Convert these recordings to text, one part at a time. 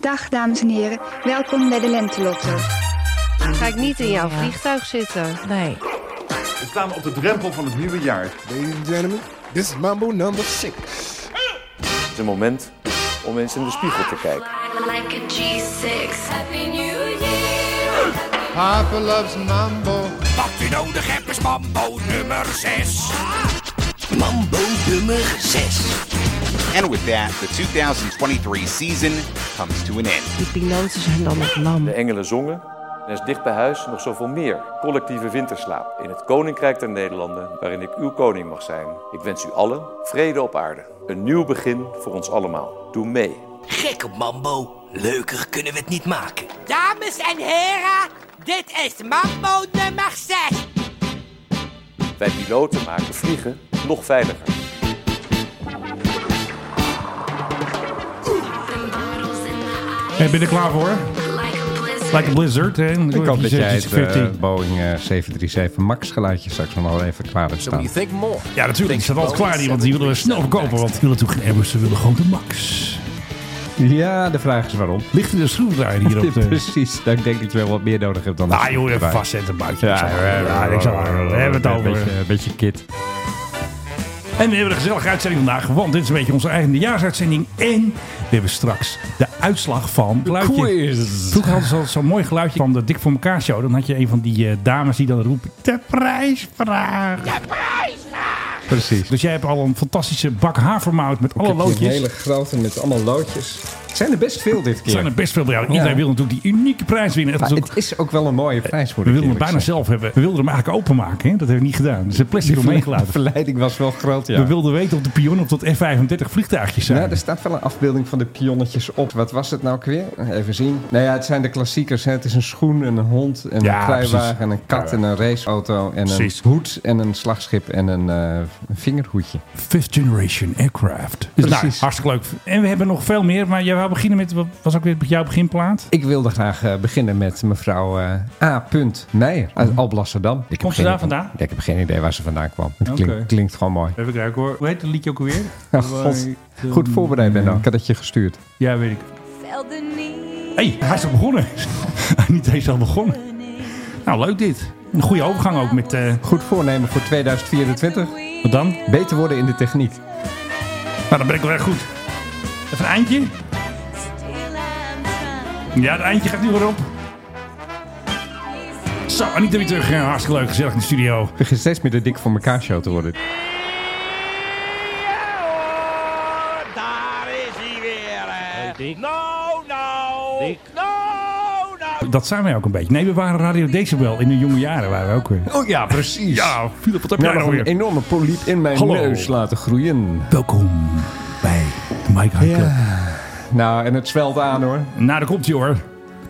Dag dames en heren, welkom bij de Lentelotto. Ga ik niet in jouw vliegtuig zitten. Nee. We staan op de drempel van het nieuwe jaar. Ladies and gentlemen, this is Mambo number six. Het is een moment om eens in de spiegel te kijken. Like a G6. Happy New Year. Papa loves Mambo. Wat u nodig hebt is Mambo nummer 6. Mambo nummer 6. And with that, the 2023 season comes to an end. Die piloten zijn dan nog De lam. engelen zongen. En er is dicht bij huis nog zoveel meer. Collectieve winterslaap in het Koninkrijk der Nederlanden, waarin ik uw koning mag zijn. Ik wens u allen vrede op aarde. Een nieuw begin voor ons allemaal. Doe mee. Gekke Mambo, leuker kunnen we het niet maken. Dames en heren, dit is Mambo nummer 6. Wij piloten maken vliegen nog veiliger. Hey, ben je er klaar voor? Like a blizzard. Like a blizzard, hè? Ik hoop dat jij het eh, Boeing eh, 737 MAX geluidje straks nog wel even klaar hebt staan. think more. Ja, natuurlijk. Ze was klaar die, want die willen we snel verkopen. Want die willen natuurlijk geen Airbus, ze willen gewoon de Max. Ja, de vraag is waarom. Ligt er een schroefdraaier hier op de... Precies, dan denk ik dat je wel wat meer nodig hebt dan... Ah joh, even vastzetten, buitje. Ja, Ja, ik zal we hebben het Een over. beetje- Een beetje kit. En we hebben een gezellige uitzending vandaag, want dit is een beetje onze eigen jaarsuitzending. En we hebben straks de uitslag van geluidje. quiz. Vroeger hadden ze altijd zo'n mooi geluidje van de Dik voor elkaar show. Dan had je een van die eh, dames die dan roept, de prijsvraag. Precies. Dus jij hebt al een fantastische bak havermout met alle Ik heb hier Een loodjes. hele grote met allemaal loodjes. Het zijn er best veel dit Er keer. zijn er best veel bij jou. Iedereen Ja. wil natuurlijk die unieke prijs winnen. Het Maar is ook- het is ook wel een mooie prijs voor we wilden hem bijna zelf hebben. We wilden hem eigenlijk openmaken. Hè? Dat hebben we niet gedaan. Er is een plastic omheen De gelaten. verleiding was wel groot, ja. We wilden weten of de pion op dat F-35 vliegtuigjes zijn. Nou, er staat wel een afbeelding van de pionnetjes op. Wat was het nou ook weer? Even zien. Nou ja, het zijn de klassiekers. Hè? Het is een schoen en een hond en Ja, een kruiwagen precies. en een kat en een raceauto en Precies. een hoed en een slagschip en een eh, vingerhoedje. Fifth Generation Aircraft. Dus nou, Precies. hartstikke leuk. En we hebben nog veel meer, maar jij wou beginnen met, wat was ook weer jouw beginplaat? Ik wilde graag eh, beginnen met mevrouw eh, A. Meijer uit Alblasserdam. Ik heb Mhm. Komt ze geen daar idee- vandaan? Ja, Ik heb geen idee waar ze vandaan kwam. Het Oké. klinkt, klinkt gewoon mooi. Even kijken hoor. Hoe heet het liedje ook alweer? Oh, God. Goed voorbereid ben Mm. dan. Ik had het je gestuurd. Ja, weet ik. Velden niet. Hé, hey, hij is al begonnen. Niet eens al begonnen. Nou, leuk dit. Een goede overgang ook met... eh, Goed voornemen voor 2024. wat dan? Beter worden in de techniek. Nou, dan ben ik wel erg goed. Even een eindje. Ja, het eindje gaat nu weer op. Zo, Anita weer terug. Eh, Hartstikke leuk, gezellig in de studio. Ik begin steeds meer de dik voor elkaar show te worden. Daar is hij weer, hè. Nou, nou. Nou, nou. Dat zijn wij ook een beetje. Nee, we waren Radio Decibel in de jonge jaren. Waren we ook weer. Oh ja, precies. Ja, Philip, wat heb jij Nou, nou nog een weer? enorme poliep in mijn Hallo. neus laten groeien. Welkom bij de Mike High Club. Nou, en het zwelt aan hoor. Nou, daar komt hij hoor.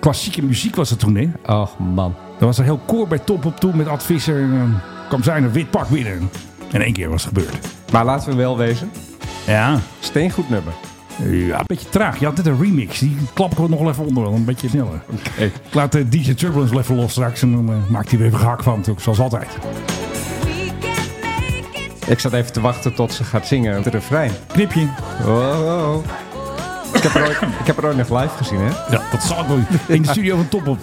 Klassieke muziek was dat toen, hè? Och man. Er was een heel koor bij Top op toen met Ad Visser. En, eh, kwam zijn een wit pak binnen. En één keer was het gebeurd. Maar laten we wel wezen, Ja. steengoed nummer. Ja, een beetje traag. Je had net een remix. Die klap ik er nog wel even onder, want een beetje sneller. Ik laat de DJ Turbulence wel even los straks en dan eh, maakt hij weer even gehakt van, natuurlijk, zoals altijd. Ik zat even te wachten tot ze gaat zingen het refrein. Knipje. Oh, oh, oh. Ik, heb er ooit, ik heb er ooit nog live gezien, hè? Ja, dat zal ik wel. In de studio van Top op.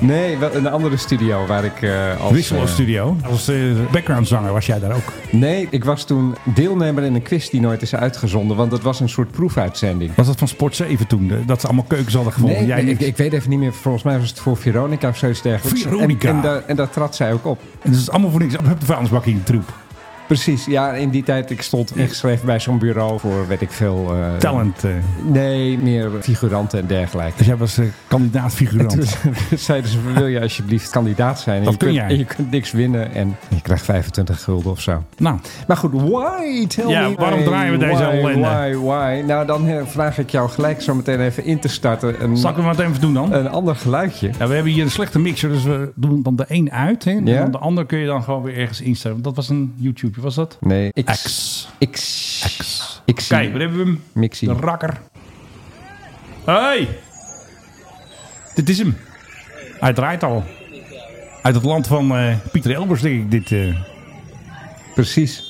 Nee, wel een andere studio waar ik eh als... Wisseloos eh, studio. Als eh, backgroundzanger was jij daar ook. nee, ik was toen deelnemer in een quiz die nooit is uitgezonden, want dat was een soort proefuitzending. Was dat van Sport 7 toen? de- dat ze allemaal keukens hadden gevonden? Nee, jij nee, ik, niet. ik weet even niet meer. Volgens mij was het voor Veronica of zoiets dergelijks. Veronica. En, en, daar, en daar trad zij ook op. En dat Dus is allemaal voor niks. Heb de vuilnisbak in de troep. Precies, ja, in die tijd ik stond ingeschreven bij zo'n bureau voor weet ik veel. eh, Talent. eh. Nee, meer figuranten en dergelijke. Dus jij was eh, kandidaat Toen figurant. zeiden ze, wil je alsjeblieft kandidaat zijn? En Dat je kun kunt, jij. En je kunt niks winnen en je krijgt 25 gulden of zo. Nou, Maar goed, why? Tell Ja, me waarom why, draaien we deze why, ellende? Why, why? Nou, dan eh, vraag ik jou gelijk zo meteen even in te starten. Een, zal ik hem wat even doen dan? een ander geluidje. Ja, we hebben hier een slechte mixer, dus we doen dan de een uit. Hè? En Ja. dan de ander kun je dan gewoon weer ergens instellen. Dat was een YouTube, was dat? Nee, ik... X. Ik... Ik zie- Kijk, daar hebben we hem. Mixie. De rakker. Hey! Dit is hem. Hij draait al. Uit het land van eh, Pieter Elbers, denk ik, dit. eh. Precies.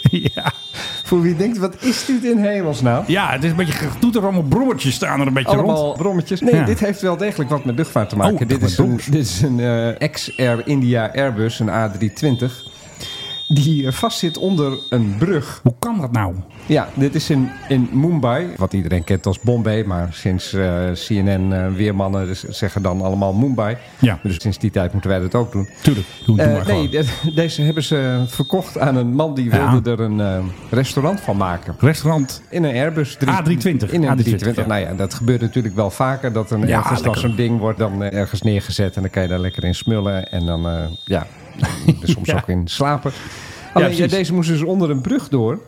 ja. Voor wie denkt, wat is dit in hemelsnaam? Ja, het is een beetje getoeter, allemaal brommetjes staan er een beetje Allemaal rond. brommetjes. Nee, Ja. dit heeft wel degelijk wat met luchtvaart te maken. Oh, dit, toch is met een, dit is een eh, ex-Air India Airbus, een A320. Die eh, vastzit onder een brug. Hoe kan dat nou? Ja, dit is in, in Mumbai. Wat iedereen kent als Bombay. Maar sinds eh, CNN eh, weermannen dus zeggen dan allemaal Mumbai. Ja. Dus sinds die tijd moeten wij dat ook doen. Tuurlijk, doe, doe Eh, maar nee, gewoon. de- deze hebben ze verkocht aan een man die Ja. wilde er een eh, restaurant van maken. Restaurant. In een Airbus drie- A320. In een A320, 320. ja. Nou ja, dat gebeurt natuurlijk wel vaker. Dat een Ja, ergens dan lekker. zo'n ding wordt dan eh, ergens neergezet. En dan kan je daar lekker in smullen. En dan, eh, ja, er soms Ja. ook in slapen. Alleen, ja, precies. deze moest dus onder een brug door.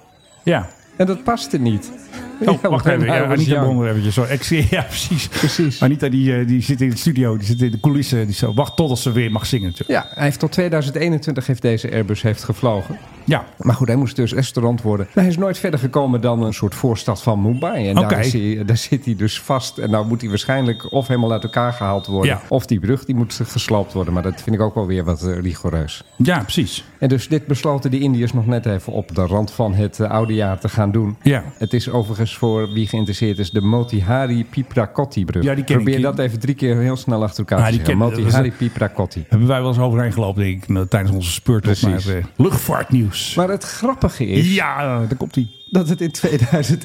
Ja. En dat paste niet. Oh, Ja, wacht mijn even. haar Ja, was Anita jong. Bron er eventjes. Zo, ex- ja, precies. Precies. Anita die, eh, die zit in de studio, die zit in de coulissen. Die zo, wacht totdat ze weer mag zingen natuurlijk. Ja, hij heeft tot 2021 heeft deze Airbus heeft gevlogen. Ja, Maar goed, hij moest dus restaurant worden. Maar hij is nooit verder gekomen dan een soort voorstad van Mumbai. En Oké. daar, is hij, daar zit hij dus vast. En nou moet hij waarschijnlijk of helemaal uit elkaar gehaald worden... Ja. of die brug die moet gesloopt worden. Maar dat vind ik ook wel weer wat eh, rigoureus. ja precies. En dus dit besloten de Indiërs nog net even op de rand van het eh, oude jaar te gaan doen. Ja. Het is overigens voor wie geïnteresseerd is de Motihari Piprakotti brug. Ja, die ken ik. Probeer dat even drie keer heel snel achter elkaar Ah, te die zeggen. ken- dat Motihari is- Piprakotti. Hebben wij wel eens overheen gelopen, denk ik, nou, tijdens onze speurtocht Precies. naar eh, luchtvaartnieuws. Maar het grappige is Ja, daar komt hij. dat het in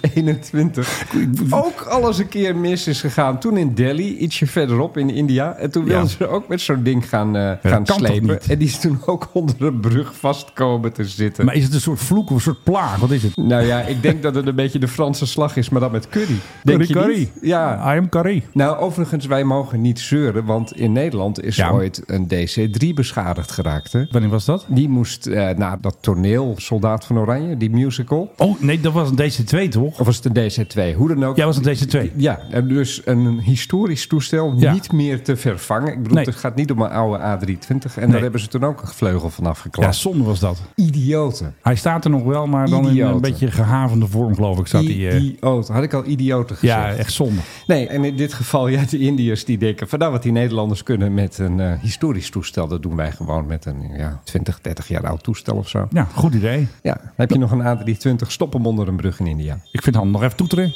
2021 ook alles een keer mis is gegaan. Toen in Delhi, ietsje verderop in India. En toen Ja. wilden ze ook met zo'n ding gaan, eh, dat gaan kan toch slepen. niet? En die is toen ook onder een brug vastkomen te zitten. Maar is het een soort vloek of een soort plaag? Wat is het? Nou ja, ik denk dat het een beetje de Franse slag is, maar dan met curry. Denk Curry, je curry. niet? Ja. I am curry. Nou, overigens, wij mogen niet zeuren, want in Nederland is Ja. ooit een DC-3 beschadigd geraakt. Hè? Wanneer was dat? Die moest eh, naar dat toneel Soldaat van Oranje, die musical. Oh, nee, dat was een DC-2, toch? Of was het een DC-2? Hoe dan ook. Jij was een DC-2. Ja, en dus een historisch toestel Ja. niet meer te vervangen. Ik bedoel, Nee. het gaat niet om een oude A320. En Nee. daar hebben ze toen ook een vleugel van Ja, afgeklapt. zonde was dat. idioten. Hij staat er nog wel, maar dan in een Idioten. beetje gehavende vorm, geloof ik, zat hij. eh. Idioten. Had ik al idioten gezegd? ja, echt zonde. Nee, en in dit geval, ja, de Indiërs die denken... van nou, wat die Nederlanders kunnen met een eh, historisch toestel... dat doen wij gewoon met een ja, 20, 30 jaar oud toestel of zo. Ja, goed idee. Ja, dan heb je nog een A320, stop hem onder een brug in India. Ik vind Han nog even toeteren.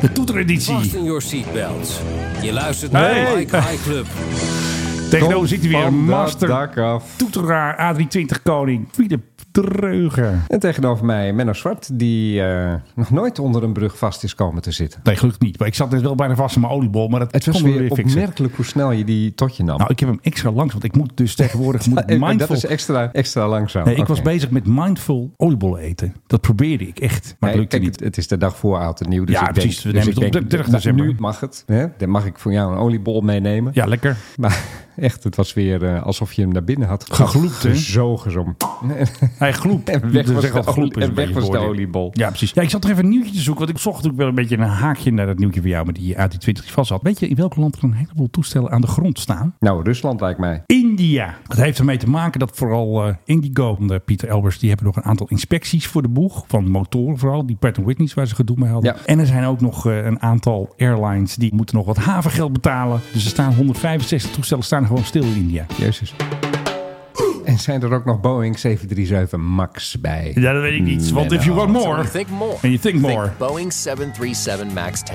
De toetereditie. Fasten your seatbelts. Je luistert naar Hey. Like High Club. Tegenover zit hij weer Van een dat master dak af. toeteraar A320 koning. Philip Dreuger. En tegenover mij Menno Zwart, die eh, nog nooit onder een brug vast is komen te zitten. Nee, gelukkig niet. Maar ik zat dus wel bijna vast aan mijn oliebol, maar dat Het was kon weer, weer weer fixen. opmerkelijk hoe snel je die totje nam. Nou, ik heb hem extra langs, want ik moet dus tegenwoordig moet Eh, maar mindful... dat is extra, extra langzaam. Nee, ik was Oké. bezig met mindful oliebollen eten. Dat probeerde ik echt, maar het Nee, lukte kijk, niet. het- het is de dag voor oud en nieuw. Dus Ja, ik precies. We Denk, nemen dus het op ik denk, 30 nou, december. Nu mag het. Hè? Dan mag ik voor jou een oliebol meenemen. Ja, lekker. Maar echt, het was weer eh, alsof je hem naar binnen had Gegloept, hè? Gezogen zo. Hij gloep. En weg Ze was zeggen de al gloep olie- is een en weg beetje was de woord. oliebol. Ja, precies. Ja, ik zat er even een nieuwtje te zoeken, want ik zocht natuurlijk wel een beetje een haakje naar dat nieuwtje van jou met die eh, uit die 20 vast zat. Weet je in welk land er een heleboel toestellen aan de grond staan? Nou, Rusland lijkt mij. India. Dat heeft ermee te maken dat vooral eh, Indigo en eh, Pieter Elbers... die hebben nog een aantal inspecties voor de boeg. Van motoren vooral, die Pratt Whitney's waar ze gedoe mee hadden. Ja. En er zijn ook nog eh, een aantal airlines... die moeten nog wat havengeld betalen. Dus er staan 165 toestellen staan gewoon stil in India. Jezus. En zijn er ook nog Boeing 737 MAX bij? Ja, dat weet ik niet. Want if you want more... Think more. And you think more. Boeing 737 MAX 10.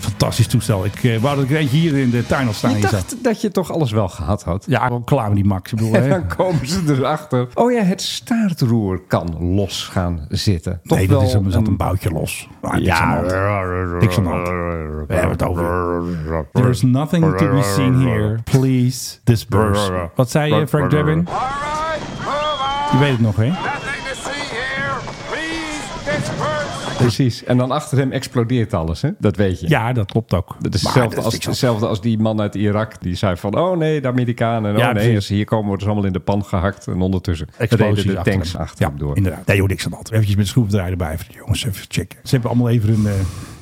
Fantastisch toestel. Ik eh, wou dat ik er eentje hier in de tuin al staan. Ik hier zat. dacht dat je toch alles wel gehad had. Ja, wel klaar met die Max. Ik bedoel, En hè. dan komen ze erachter. Oh ja, het staartroer kan los gaan zitten. Toch Nee, dat wel is, er zat een boutje los. Ah, Maar niks Ja. aan de hand. Niks aan de hand. We hebben het over. There's nothing to be seen here. Please disperse. Wat zei je, Frank Drebin? Je weet het nog, hè? Precies. En dan achter hem explodeert alles, hè? Dat weet je. Ja, dat klopt ook. Dat is Maar hetzelfde, als, niks aan- hetzelfde als die man uit Irak. Die zei van, oh nee, de Amerikanen. Ja, oh nee, precies. als ze hier komen worden ze allemaal in de pan gehakt. En ondertussen Explosies reden de achter tanks hem. achter ja, hem door. inderdaad. Nee joh, niks aan de hand. Even met de schroevendraaier erbij. Even, jongens, even checken. Ze hebben allemaal even een eh,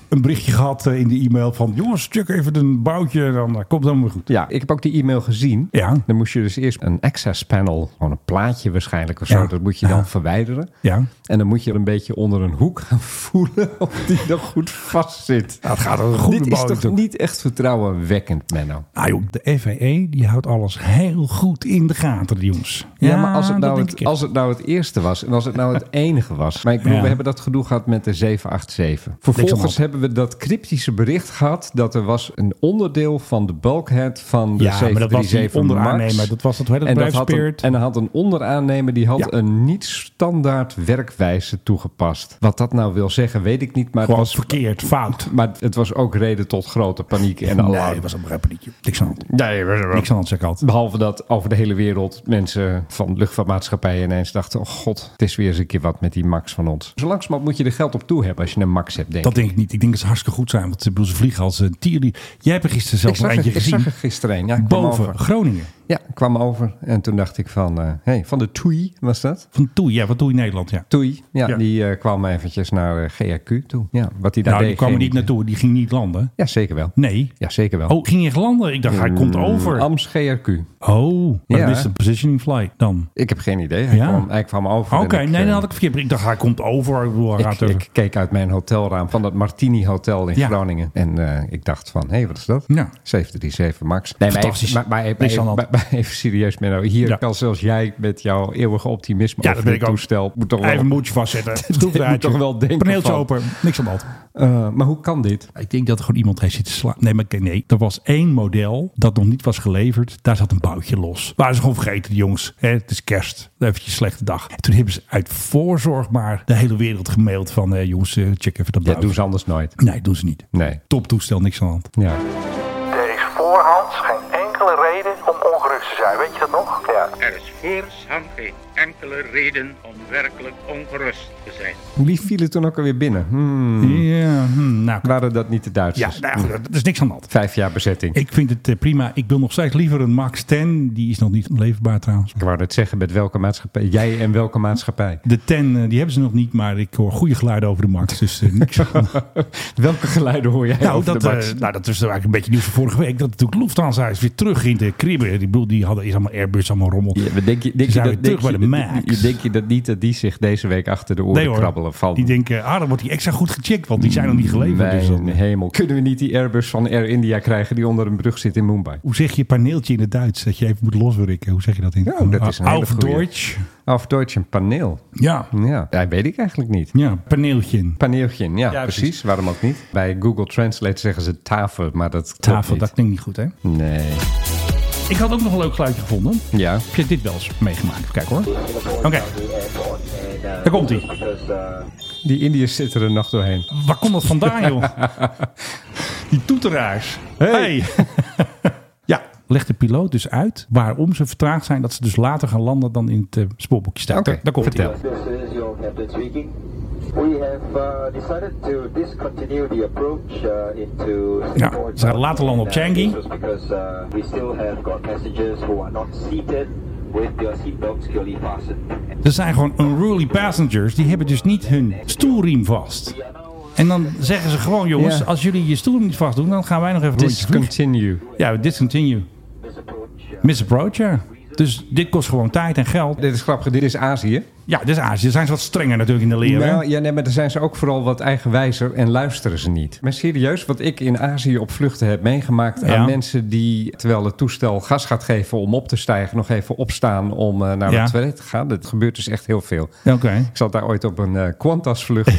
een berichtje gehad eh, in de e-mail van... jongens, check even een boutje, dan eh, komt het helemaal goed. Ja, ik heb ook die e-mail gezien. Ja. Dan moest je dus eerst een access panel, gewoon een plaatje waarschijnlijk of zo, Ja. dat moet je dan verwijderen. Ja. En dan moet je er een beetje onder een hoek gaan voelen of die nog goed vast zit. het gaat over een goede Dit is toch bouthoek. niet echt vertrouwenwekkend, Menno? Ah joh, de FVE die houdt alles heel goed in de gaten, die jongens. Ja, maar als het, dat nou denk het, ik. als het nou het eerste was en als het nou het enige was. Maar ik bedoel, Ja. we hebben dat gedoe gehad met de 787. Niks aan de Vervolgens hand. hebben we dat cryptische bericht gehad dat er was een onderdeel van de bulkhead van de Ja, maar dat was die 737 onderaannemer. Dat was dat- hoe heet dat en dat bedrijf, had een, Spirit? en er had een onderaannemer die had een niet standaard werkwijze toegepast. Wat dat nou wil zeggen, weet ik niet. Maar Gewoon het was verkeerd, fout. Maar het was ook reden tot grote paniek en Nee, alarm. het was een paniekje. Niks aan de hand. Nee, Niks aan het zeg ik altijd. Behalve dat over de hele wereld mensen van luchtvaartmaatschappijen ineens dachten... oh god, het is weer eens een keer wat met die Max van ons. Zo langzamerhand moet je er geld op toe hebben als je een Max hebt, denk Dat denk ik niet. Ik denk dat ze hartstikke goed zijn. Want ze, ik bedoel, ze vliegen als een tierlie. Jij hebt er gisteren zelfs ik. een zag, eindje er, ik gezien. zag er gisteren een. Ja, kwam Boven over. Groningen. Ja, kwam over. En toen dacht ik van, eh, hey, van de TUI was dat? Van Toei, ja, wat doe je in Nederland? Ja. TUI, ja, Ja. die eh, kwam eventjes naar eh, GRQ toe. Ja, wat die daar Nou, deed. die kwam er geen niet naartoe. Die ging niet landen. Ja, zeker wel. Nee. Ja, zeker wel. Oh, ging je echt landen? Ik dacht, hij komt over. Ams GRQ. Oh, maar Mm. Ja. dat is een positioning flight dan. Ik heb geen idee. Hij, Ja. kwam, hij kwam over. Oké, en ik, nee, eh, dan had ik verkeerd. Ik dacht, hij komt over. Ik bedoel, hij Ik, gaat over. ik keek uit mijn hotelraam van dat Martini Hotel in Ja. Groningen. En eh, ik dacht van, hé, wat is dat? Ja. 737 Max. Nee, maar Fantastisch. even, maar, maar even, Niks aan de hand. maar- maar even serieus, Menno. Hier Ja. kan zelfs jij met jouw eeuwige optimisme ja, over dat ben dit ik ook. toestel... Moet toch Even een wel, moedje vastzetten. moet toch wel denken Paneeltje van- open. Niks aan de hand. Eh, maar hoe kan dit? Ik denk dat er gewoon iemand heeft zitten slapen. Nee, maar ik- nee. Er was één model dat nog niet was geleverd. Daar zat een boutje los. Waren ze gewoon vergeten, die jongens. Hè, het is kerst. Eventjes een slechte dag. En toen hebben ze uit voorzorg maar de hele wereld gemaild van... eh, jongens, eh, check even dat Dat boutje. doen ze anders nooit. Nee, doen ze niet. Nee. Top toestel, niks aan de hand. Ja. Er is voorhand geen enkele reden om ongerust te zijn. Weet je dat nog? Ja. Er is voorhand geen enkele reden om werkelijk ongerust te zijn. Wie vielen toen ook alweer binnen? Hmm. Ja, hmm, nou, Waren dat niet de ja, Duitsers? nou, goed, dat is niks aan de hand. Vijf jaar bezetting. Ik, Ik vind het eh, prima. Ik wil nog steeds liever een Max 10. Die is nog niet leverbaar trouwens. wou net zeggen, met welke maatschappij? Jij en welke maatschappij? De 10, eh, die hebben ze nog niet. Maar ik hoor goede geluiden over de Max. Dus eh, niks aan de hand. welke geluiden hoor jij Nou over dat, de Max? eh, nou, dat is eigenlijk een beetje nieuws van vorige week. Dat natuurlijk Lufthansa is weer terug in de kribben. Ik bedoel, die hadden is allemaal Airbus, allemaal rommel. Ja, maar denk je, Ze denk je, zijn dat, weer terug denk bij de je- Max. Denk je dat niet dat die zich deze week achter de oren Nee hoor. krabbelen van... Mm, Die denken, ah, dan wordt die extra goed gecheckt, want die zijn nog niet geleverd. Mijn dus dan, hemel, kunnen we niet die Airbus van Air India krijgen die onder een brug zit in Mumbai? hoe zeg je paneeltje in het Duits? Dat je even moet loswerken. Hoe zeg je dat in Nou, dat is een hele Auf goeie. Deutsch. Of Deutsch een paneel? Ja. Ja, dat weet ik eigenlijk niet. ja, paneeltje. Paneeltje, ja, Ja, precies. precies. Waarom ook niet? Bij Google Translate zeggen ze tafel, maar dat klopt Tafel, niet. dat klinkt niet goed, hè? Nee. Ik had ook nog een leuk geluidje gevonden. Ja. Heb je dit wel eens meegemaakt? Kijk hoor. Oké, daar komt hij. Die Indiërs zitten er nog doorheen. Waar komt dat vandaan, joh? Die toeteraars. Hey. ja, legt de piloot dus uit waarom ze vertraagd zijn. Dat ze dus later gaan landen dan in het eh, spoorboekje staat. Oké, Daar- daar komt vertel. hij. This is your captain speaking. We have uh, decided to discontinue the approach uh, into Ja, Singapore. ze gaan later landen op Changi. This was because uh, we still have got passengers who are not seated with their seatbelts securely fastened. Er zijn gewoon unruly passengers. Die hebben dus niet hun stoelriem vast. En dan zeggen ze gewoon, jongens, Ja. als jullie je stoel niet vast doen, dan gaan wij nog even een rondje vliegen. Discontinue. Ja, we discontinue. Misapproach, ja. Dus dit kost gewoon tijd en geld. Dit is grappig, dit is Azië. Ja, dit is Azië. Daar zijn ze wat strenger natuurlijk in de leren. Nou, ja, nee, maar daar zijn ze ook vooral wat eigenwijzer en luisteren ze niet. Maar serieus, wat ik in Azië op vluchten heb meegemaakt Ja. aan mensen die, terwijl het toestel gas gaat geven om op te stijgen, nog even opstaan om eh, naar Ja. het toilet te gaan. Dat gebeurt dus echt heel veel. Oké. Ik zat daar ooit op een eh Qantas-vlucht.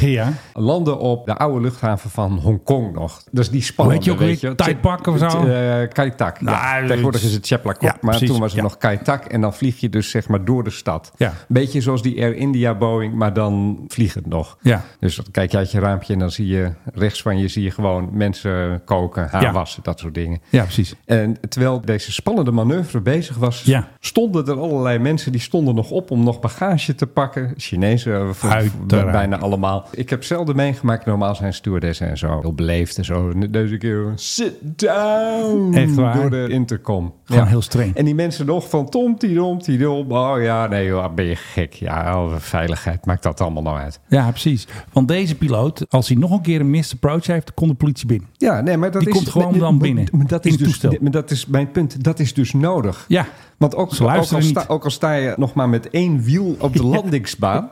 Ja. Landen op de oude luchthaven van Hongkong nog. Dus die spannende, Hoe heet je ook weet weer? wel. Thai Pak of zo? Eh, Kai Tak. Nou, ja. het- Tegenwoordig is het Chaplakop, Ja, maar precies, toen was het ja. nog Kai Tak. En dan vlieg je dus zeg maar door de stad. Ja. Beetje zoals die Air India Boeing, maar dan vliegend nog. Ja. Dus dan kijk je uit je raampje en dan zie je rechts van je zie je gewoon mensen koken, haar Ja. wassen, dat soort dingen. Ja, precies. En terwijl deze spannende manoeuvre bezig was, Ja. stonden er allerlei mensen die stonden nog op om nog bagage te pakken. Chinezen eh, v- Uiteraard. bijna allemaal. Ik heb zelden meegemaakt, normaal zijn stewardessen en zo heel beleefd en zo. Deze keer sit down Echt waar? door de intercom. Gewoon heel streng. En die mensen nog van tom, tidom, tidom. Oh ja, nee joh, ben je gek. Ja, ja, oh, veiligheid, maakt dat allemaal nou uit? Ja, precies. Want deze piloot, als hij nog een keer een missed approach heeft, komt de politie binnen. Ja, nee, maar dat Die is, komt gewoon maar- dan binnen, Maar dat is in het dus, toestel. Maar dat is mijn punt. Dat is dus nodig. Ja. Want ook, Ze ook, al luisteren sta, niet. ook al sta je nog maar met één wiel op de landingsbaan,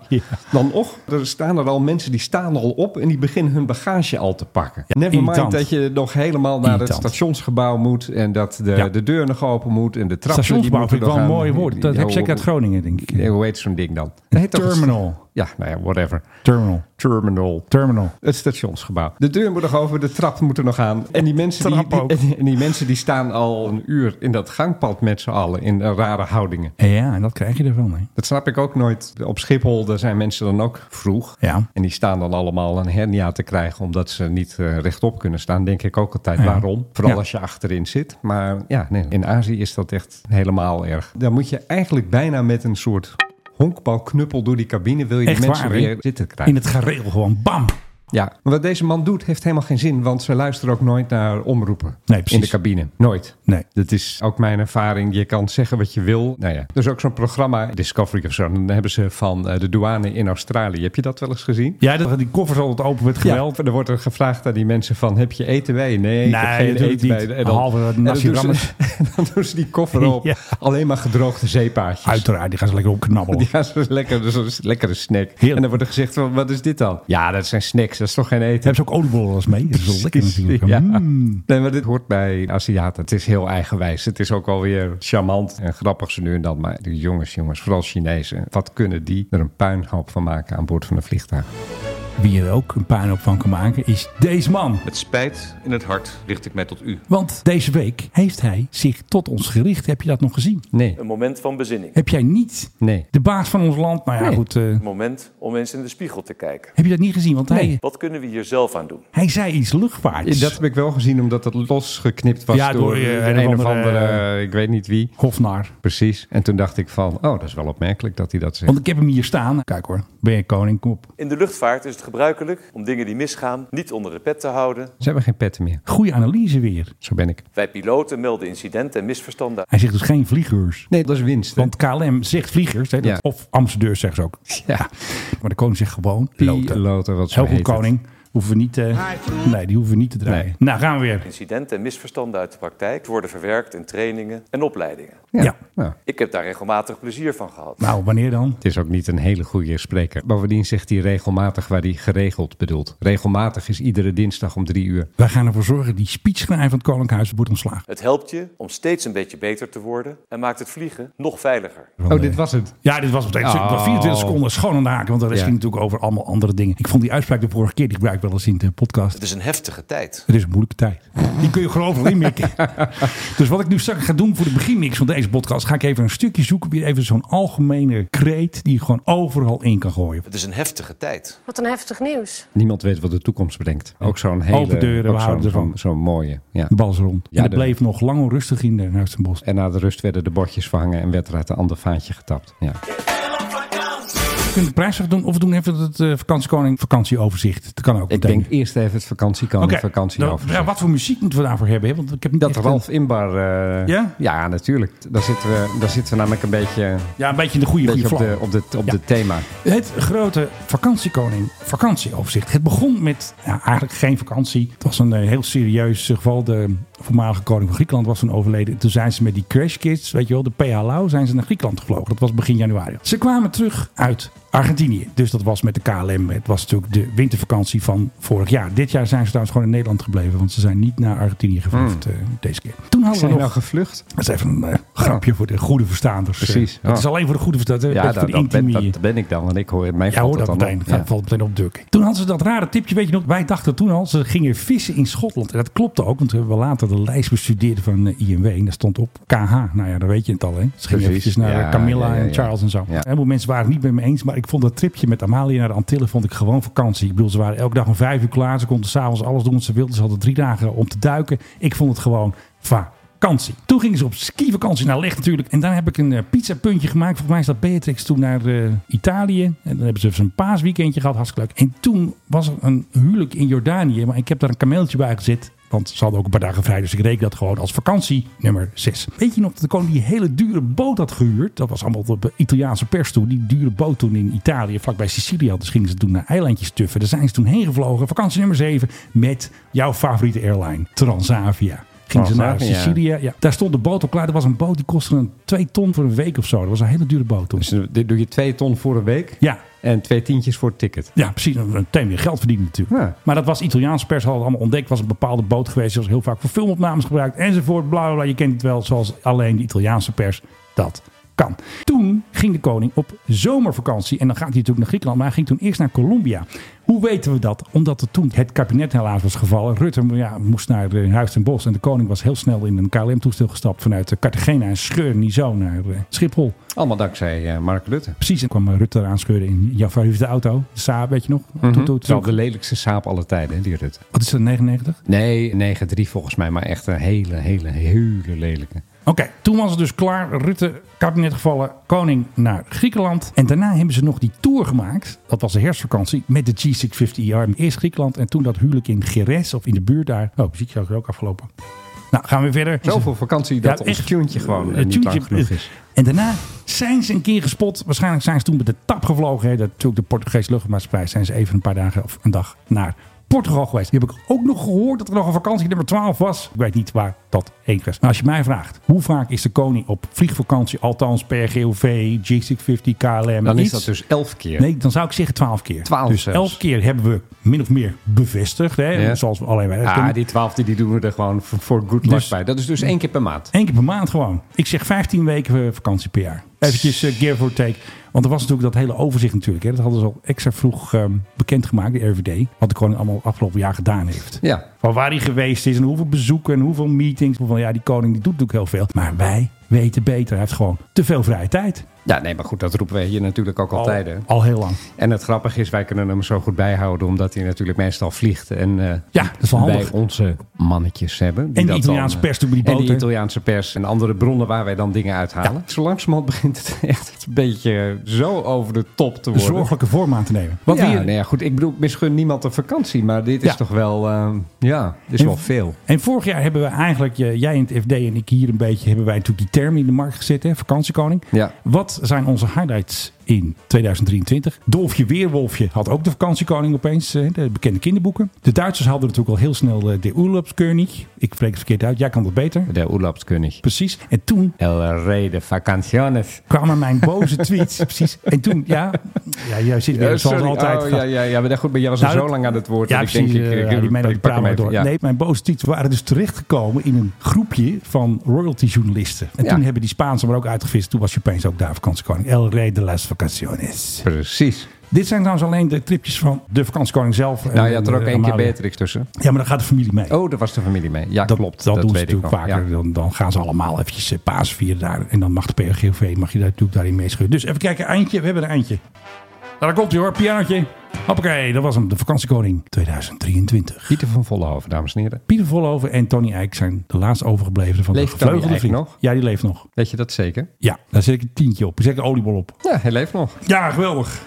dan och, er staan er al mensen die staan al op en die beginnen hun bagage al te pakken. Ja, Never mind irritant. dat je nog helemaal naar het Irritant. stationsgebouw moet en dat de, Ja. de deur nog open moet en de trap. Stationsbouw vind ik wel een mooi woord. Dat heb ik zeker uit Groningen, denk ik. hoe heet zo'n ding dan? Dat heet toch een- terminal. Ja, nou ja, whatever. Terminal. Terminal. Terminal. Het stationsgebouw. De deur moet nog over, de trap moet er nog aan. En die mensen, die, Trap ook. die- en die mensen die staan al een uur in dat gangpad met z'n allen in eh, rare houdingen. Ja, en dat krijg je ervan. Hè. Dat snap ik ook nooit. Op Schiphol, daar zijn mensen dan ook vroeg. Ja. En die staan dan allemaal een hernia te krijgen omdat ze niet eh, rechtop kunnen staan. Denk ik ook altijd Ja. waarom. Vooral Ja. als je achterin zit. Maar ja, nee, in Azië is dat echt helemaal erg. Dan moet je eigenlijk bijna met een soort honkbalknuppel door die cabine wil je Echt de mensen waar, hè? weer zitten krijgen. In het gareel gewoon, bam. Ja, maar wat deze man doet heeft helemaal geen zin, want ze luisteren ook nooit naar omroepen Nee, precies. in de cabine. Nooit. Nee. Dat is ook mijn ervaring. Je kan zeggen wat je wil. Nou ja, er is ook zo'n programma, Discovery of zo, dan hebben ze van eh, de douane in Australië. Heb je dat wel eens gezien? Ja, dat die koffers altijd open met geweld. Ja, er wordt er gevraagd aan die mensen van, heb je eten bij? Nee, ik heb Nee, geen natuurlijk eten niet. bij. En dan- Behalve dat en dan nasi doen ze- Dan doen ze die koffer op. Ja. Alleen maar gedroogde zeepaardjes. Uiteraard, die gaan ze lekker opknabbelen. Die gaan ze lekker, dus dat is een lekkere snack. En dan wordt er gezegd, van, wat is dit dan? Ja, dat zijn snacks, dat is toch geen eten? Hebben ze ook oliebollen als mee? Dat is wel lekker Precies, natuurlijk. ja. Mm. Nee, maar dit hoort bij Aziaten. Het is heel eigenwijs. Het is ook wel weer charmant en grappig ze nu en dan. Maar de jongens, jongens, vooral Chinezen. Wat kunnen die er een puinhoop van maken aan boord van een vliegtuig? Wie er ook een puinhoop van kan maken, is deze man. Met spijt in het hart richt ik mij tot u. Want deze week heeft hij zich tot ons gericht. Heb je dat nog gezien? Nee. Een moment van bezinning. Heb jij niet nee. de baas van ons land? Nou ja, Nee. goed. eh, Een moment om eens in de spiegel te kijken. heb je dat niet gezien? Want hij, Wat kunnen we hier zelf aan doen? hij zei iets luchtvaarts. Dat heb ik wel gezien omdat dat losgeknipt was Ja, door, door, eh, een, of andere, eh, ik weet niet wie. Hofnar. Precies. En toen dacht ik van, oh, dat is wel opmerkelijk dat hij dat zegt. Want ik heb hem hier staan. Kijk hoor, ben je koning, kom op. In de luchtvaart is het gebruikelijk om dingen die misgaan niet onder de pet te houden. Ze hebben geen petten meer. Goeie analyse weer. Zo ben ik. Wij piloten melden incidenten en misverstanden. Hij zegt dus geen vliegers. Nee, dat is winst. hè? Want KLM zegt vliegers, hè, dat- Ja. of ambassadeurs zeggen ze ook. Ja. Maar de koning zegt gewoon piloten. Piloten, wat zo Heel goed, heet het. koning. Hoeven we niet, eh, nee, die hoeven we niet te draaien. Nou, gaan we weer. Incidenten en misverstanden uit de praktijk worden verwerkt in trainingen en opleidingen. Ja. Nou, Ik heb daar regelmatig plezier van gehad. Nou, wanneer dan? Het is ook niet een hele goede spreker. Bovendien zegt hij regelmatig waar hij geregeld bedoelt. Regelmatig is iedere dinsdag om drie uur. Wij gaan ervoor zorgen die speechschrijver van het Koninkhuis wordt ontslagen. Het helpt je om steeds een beetje beter te worden en maakt het vliegen nog veiliger. Oh, dit was het. Eh, Ja, dit was meteen Oh. 24 seconden schoon aan de haken. Want dat is Ja. ging natuurlijk over allemaal andere dingen. Ik vond die uitspraak de vorige keer, die gebruik ik wel eens in de podcast. Het is een heftige tijd. Het is een moeilijke tijd. Die kun je gewoon overal inmikken. dus wat ik nu straks ga doen voor de beginmix van deze podcast... ga ik even een stukje zoeken. Weer even zo'n algemene kreet die je gewoon overal in kan gooien. Het is een heftige tijd. Wat een heftig nieuws. Niemand weet wat de toekomst brengt. Ook zo'n hele... Open deuren, ook we zo'n- houden ervan. Zo'n zo'n mooie. Ja. De bal is rond. Ja, en het de- bleef nog lang onrustig in de Huizenbos. En na de rust werden de bordjes verhangen en werd er uit een ander vaatje getapt. Ja. We kunnen de prijs doen of we doen even het eh, vakantiekoning vakantieoverzicht. Dat kan ook Ik meteen. denk eerst even het vakantiekoning Oké, vakantieoverzicht. dan- ja, wat voor muziek moeten we daarvoor hebben? hè? Want ik heb niet Dat echt Ralf een- Inbar... eh, Ja? Ja, natuurlijk. Daar zitten we, daar zitten we namelijk een beetje, Ja, een beetje in de goede, beetje goede op, vlam. de, op, de, op Ja. de thema. Het grote vakantiekoning vakantieoverzicht. Het begon met ja, eigenlijk geen vakantie. Het was een eh, heel serieus geval. De voormalige koning van Griekenland was toen overleden. Toen zijn ze met die Crash Kids, weet je wel, de PH Lau, zijn ze naar Griekenland gevlogen. Dat was begin januari. Ze kwamen terug uit Argentinië. Dus dat was met de KLM. Het was natuurlijk de wintervakantie van vorig jaar. Dit jaar zijn ze trouwens gewoon in Nederland gebleven. Want ze zijn niet naar Argentinië gevlucht eh, deze keer. Toen hadden Hmm. Zijn we we nog... nou gevlucht? Dat is even een eh, grapje voor de goede verstaanders. eh. Precies. Het is Oh. alleen voor de goede verstaanders. Ja, Ja, dat, voor de dat, ben, intimie. dat ben ik dan. Want ik hoor, mij Ja, valt hoor dat dan meteen. op. Gaat Ja. valt meteen opdukken. Toen hadden ze dat rare tipje, weet je nog? Wij dachten toen al, ze gingen vissen in Schotland. En dat klopte ook, want we hebben later de lijst bestudeerd van eh, IMW. En daar stond op KH. Nou ja, dan weet je het al, hè? Ze gingen Precies. eventjes naar eh, Ja, Camilla ja, ja, en ja. Charles en zo. Ja. Een heleboel mensen waren het niet met me eens. Maar ik vond dat tripje met Amalia naar de Antillen vond ik gewoon vakantie. Ik bedoel, ze waren elke dag om vijf uur klaar. Ze konden s'avonds alles doen wat ze wilden. Ze hadden drie dagen om te duiken. Ik vond het gewoon vakantie. Toen gingen ze op skivakantie naar Leg natuurlijk. En daar heb ik een eh, pizzapuntje gemaakt. Volgens mij is dat Beatrix toen naar eh, Italië. En dan hebben ze dus een paasweekendje gehad. Hartstikke leuk. En toen was er een huwelijk in Jordanië. Maar ik heb daar een kameeltje bij gezet. Want ze hadden ook een paar dagen vrij, dus ik reken dat gewoon als vakantie nummer 6. Weet je nog dat de koning die hele dure boot had gehuurd? Dat was allemaal op de Italiaanse pers toen. Die dure boot toen in Italië, vlakbij Sicilië. Dus gingen ze toen naar eilandjes tuffen. Daar zijn ze toen heen gevlogen. Vakantie nummer 7 met jouw favoriete airline, Transavia. Gingen ze naar Transavia. Sicilië. Ja. Daar stond de boot op klaar. Er was een boot die kostte een 2 ton voor een week of zo. Dat was een hele dure boot toen. Dus dit doe je twee ton voor een week? Ja. En twee tientjes voor het ticket. Ja, precies. Dan meteen weer geld verdienen natuurlijk. Maar dat was Italiaans pers, had het allemaal ontdekt. was een bepaalde boot geweest. Die was heel vaak voor filmopnames gebruikt. Enzovoort. Bla bla bla. Je kent het wel. Zoals alleen de Italiaanse pers dat kan. Toen ging de koning op zomervakantie. En dan gaat hij natuurlijk naar Griekenland. Maar hij ging toen eerst naar Colombia. Hoe weten we dat? Omdat er toen het kabinet helaas was gevallen. Rutte ja, moest naar eh, Huis ten Bos. En de koning was heel snel in een KLM-toestel gestapt. Vanuit eh, Cartagena en scheurde niet zo naar eh, Schiphol. Allemaal dankzij eh, Mark Rutte. Precies, en kwam eh, Rutte eraan scheuren in jouw favoriete auto. De Saab, weet je nog? Mhm. Toet, toet, Wel toet. de lelijkste saap alle tijden, hè, die Rutte. Wat is dat, 99? Nee, 9-3 volgens mij, maar echt een hele, hele, hele lelijke. Oké, toen was het dus klaar. Rutte, kabinet gevallen, koning naar Griekenland. En daarna hebben ze nog die tour gemaakt. Dat was de herfstvakantie met de G650ER. E Eerst Griekenland en toen dat huwelijk in Geres of in de buurt daar. Oh, muziek is ook afgelopen. Nou, gaan we verder. Zoveel vakantie dat ons tuentje gewoon, eh, niet lang genoeg is. En daarna zijn ze een keer gespot. Waarschijnlijk zijn ze toen met de TAP gevlogen. Hè. Dat, natuurlijk de Portugese luchtmaatschappij. Zijn ze even een paar dagen of een dag naar Portugal geweest. Die heb ik ook nog gehoord dat er nog een vakantie nummer 12 was. Ik weet niet waar dat heen was. Maar als je mij vraagt, hoe vaak is de koning op vliegvakantie, althans per GOV, G650, KLM, Dan is iets? dat dus elf keer. Nee, dan zou ik zeggen 12 keer. 12 dus zelfs. 11 keer hebben we min of meer bevestigd. Hè? Ja. Zoals we alleen wij dat Ah, kennen. die twaalfde die doen we er gewoon voor- voor good luck bij. Dat is dus één keer per maand. Eén keer per maand gewoon. Ik zeg 15 weken eh, vakantie per jaar. Eventjes eh, give or take. Want er was natuurlijk dat hele overzicht natuurlijk. Hè. Dat hadden ze al extra vroeg ehm, bekendgemaakt, de RVD. Wat de koning allemaal afgelopen jaar gedaan heeft. Ja. Van waar hij geweest is en hoeveel bezoeken en hoeveel meetings. Van ja, die koning die doet natuurlijk heel veel. Maar wij weten beter. Hij heeft gewoon te veel vrije tijd. Ja, nee, maar goed, dat roepen we hier natuurlijk ook altijd. hè. Al heel lang. En het grappige is, wij kunnen hem zo goed bijhouden, omdat hij natuurlijk meestal vliegt. En eh, Ja, dat is wel handig. wij onze mannetjes hebben. die En de dat Italiaanse eh, pers doen met die En de boten. Italiaanse pers en andere bronnen waar wij dan dingen uithalen. Zo langzamerhand begint het echt een beetje zo over de top te Een worden. zorgelijke vorm aan te nemen. Wat Wat ja, hier, nou ja, goed. Ik bedoel, ik misgun niemand een vakantie, maar dit is Ja. toch wel, eh, ja, dit is En- wel veel. En vorig jaar hebben we eigenlijk, eh, jij in het FD en ik hier een beetje, hebben wij natuurlijk die term in de markt gezet, hè, vakantiekoning. Ja. Wat zijn onze highlights in 2023? Dolfje Weerwolfje had ook de vakantiekoning opeens, eh, de bekende kinderboeken. De Duitsers hadden natuurlijk al heel snel eh, de Urlaubskönig. Ik spreek het verkeerd uit, jij kan dat beter. De Urlaubskönig. Precies. En toen... El Rey de Vacaciones. kwamen mijn boze tweets, precies. En toen, ja, ja jij zit weer Ja, zoals sorry. altijd. Oh, ja, ja, ja, maar goed, maar jij was Nou, al zo dat- lang aan het woord. Ja, dat ik denk, precies. ik, eh, ik- ja, die ik meiden die pak hem praten maar even. door. Ja. Nee, mijn boze tweets waren dus terechtgekomen in een groepje van royalty-journalisten. En Ja. toen hebben die Spaanse maar ook uitgevist. Toen was je opeens ook daar vakantiekoning. El Rey de las Vacaciones. Precies. Dit zijn trouwens alleen de tripjes van de vakantiekoning zelf. en- Nou, je had er en, ook eh, één keer Amalia. Beatrix tussen. Ja, maar dan gaat de familie mee. Oh, daar was de familie mee. Ja, klopt. Dat, doen ze weet ik natuurlijk nog. vaker. Ja. Dan, dan gaan ze allemaal eventjes eh, paas vieren daar. En dan mag de PRGOV mag je daar natuurlijk daarin meescheuren. Dus even kijken, eindje. We hebben een eindje. Nou, daar komt hij hoor, pianootje. Hoppakee, dat was hem. De vakantiekoning 2023. Pieter van Vollenhoven, dames en heren. Pieter Vollenhoven en Tony Eijk zijn de laatst overgeblevenen van Leeft de Tony gevleugelde Eijk vriend. nog? Ja, die leeft nog. Weet je dat zeker? Ja, daar zet ik een tientje op. Ik zet ik een oliebol op. Ja, hij leeft nog. Ja, geweldig.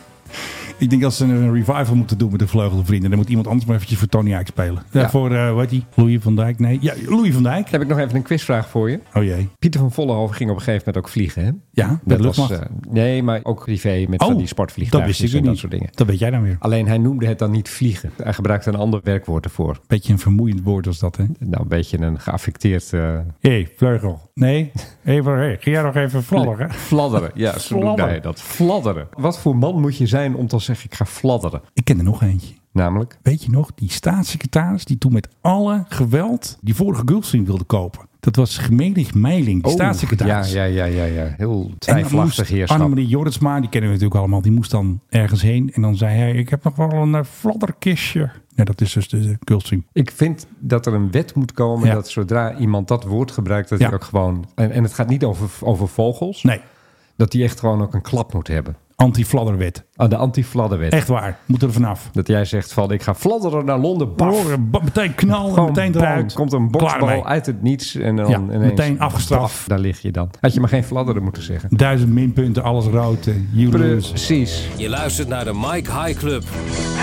ik denk dat ze een revival moeten doen met de Vleugelde Vrienden. Dan moet iemand anders maar eventjes voor Tony Eijk spelen. Ja, Ja. Voor, eh, hoe heet die? Louis van Dijk? Nee, ja, Louis van Dijk. Dan heb ik nog even een quizvraag voor je. Oh jee. Pieter van Vollenhoven ging op een gegeven moment ook vliegen, hè? Ja, bij de luchtmacht. eh, nee, maar ook privé met van Oh, die sportvliegtuigen dat wist ik en weer dat niet. soort dingen. Dat weet jij dan weer. Alleen hij noemde het dan niet vliegen. Hij gebruikte een ander werkwoord ervoor. Beetje een vermoeiend woord als dat, hè? Nou, een beetje een geaffecteerd... eh, Hé, hey, vleugel. Nee, even, hey, ga jij nog even fladderen? Fladderen, ja, zo noemde Fladderen. hij dat. Fladderen. Wat voor man moet je zijn om te zeggen ik ga fladderen? Ik ken er nog eentje. Namelijk? Weet je nog, die staatssecretaris die toen met alle geweld die vorige Gulfstream wilde kopen. Dat was Gemelig Meiling, die Oh, staatssecretaris. Ja, ja, ja, ja, ja. Heel En dan twijfelachtig moest heerschap. Annemarie Jorritsma, die kennen we natuurlijk allemaal, die moest dan ergens heen. En dan zei hij, ik heb nog wel een eh, fladderkistje. Ja, dat is dus de eh, Gulfstream. Ik vind dat er een wet moet komen Ja. dat zodra iemand dat woord gebruikt, dat Ja. hij ook gewoon. En, en het gaat niet over, over vogels. Nee. Dat die echt gewoon ook een klap moet hebben. Anti-fladderwet. Oh, de anti-fladderwet. Echt waar, moeten er vanaf. Dat jij zegt van, ik ga fladderen naar Londen. Baf. Horen, ba- meteen knal, en meteen eruit. bam, komt een boksbal uit het niets. En dan Ja, ineens, meteen afgestraft. baf, daar lig je dan. Had je maar geen fladderen moeten zeggen. Duizend minpunten, alles rood. eh, You lose. Precies. Je luistert naar de Mike High Club.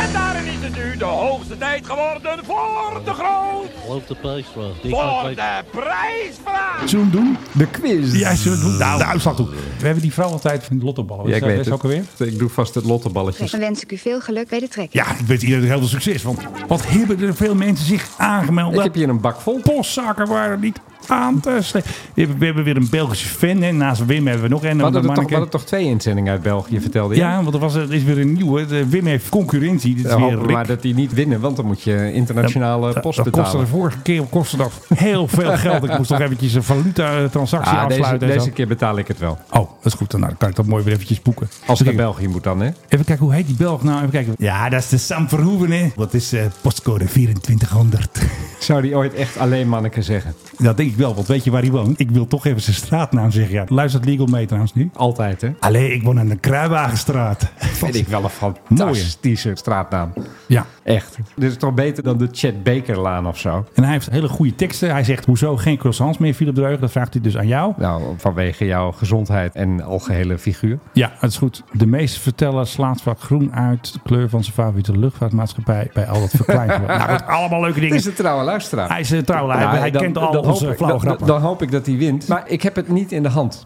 En daarom is het nu de hoogste tijd geworden voor de groot. Geloof de prijsvraag. Voor de prijsvraag. Zullen we hem doen? De quiz. Ja, zullen we het doen? Nou, de uitslag doen. We hebben die vrouw altijd van de lottoballen. Wat Ja, is ik dat- is weet het. ook alweer? Ik doe vast het lottenballetje. Dan wens ik u veel geluk bij de trek. Ja, ik weet iedereen heel veel succes. Want wat hebben er veel mensen zich aangemeld? Ik heb hier een bak vol. Postzakken waren niet aan te slecht. We hebben- we hebben weer een Belgische fan. En naast Wim hebben we nog een. We hadden, er toch, we manneke. hadden toch twee inzendingen uit België, vertelde je? ja, want er, was, er is weer een nieuwe. De Wim heeft concurrentie. Dit is Dan weer hopen we maar Rick. dat die niet winnen, want dan moet je internationale Dat- post dat kostte de betalen. vorige keer kostte dat heel veel geld. Ik moest nog eventjes een valuta-transactie Ah, deze, afsluiten. en deze zo. keer betaal ik het wel. Oh, dat is goed. Dan, nou, dan kan ik dat mooi weer eventjes boeken. Als het naar Even België moet dan, hè? kijken, hoe heet die Belg nou? Even kijken. Ja, dat is de Sam Verhoeven, hè. Dat is eh, postcode 2400. Zou die ooit echt alleen manneken zeggen? Dat denk ik wel, want weet je waar hij woont? Ik wil toch even zijn straatnaam zeggen. Ja, luistert Legal mee trouwens nu? Altijd, hè? Allee, ik woon aan de Kruiwagenstraat. Vind ik wel een fantastische straatnaam. Ja. Echt. Dit is toch beter dan de Chet Bakerlaan of zo? En hij heeft hele goede teksten. Hij zegt, hoezo geen croissants meer, Philip Dreugen? Dat vraagt hij dus aan jou. Nou, vanwege jouw gezondheid en algehele figuur. Ja, het is goed. De meeste vertellen slaat vaak groen uit. De kleur van zijn favoriete luchtvaartmaatschappij bij al dat verkleinen. nou, goed, allemaal leuke dingen. Het is een trouwe luisteraar. Hij is een trouwe luisteraar. Hij kent al onze hoop ik- flauwe dan- grappen. Dan hoop ik dat hij wint. Maar ik heb het niet in de hand.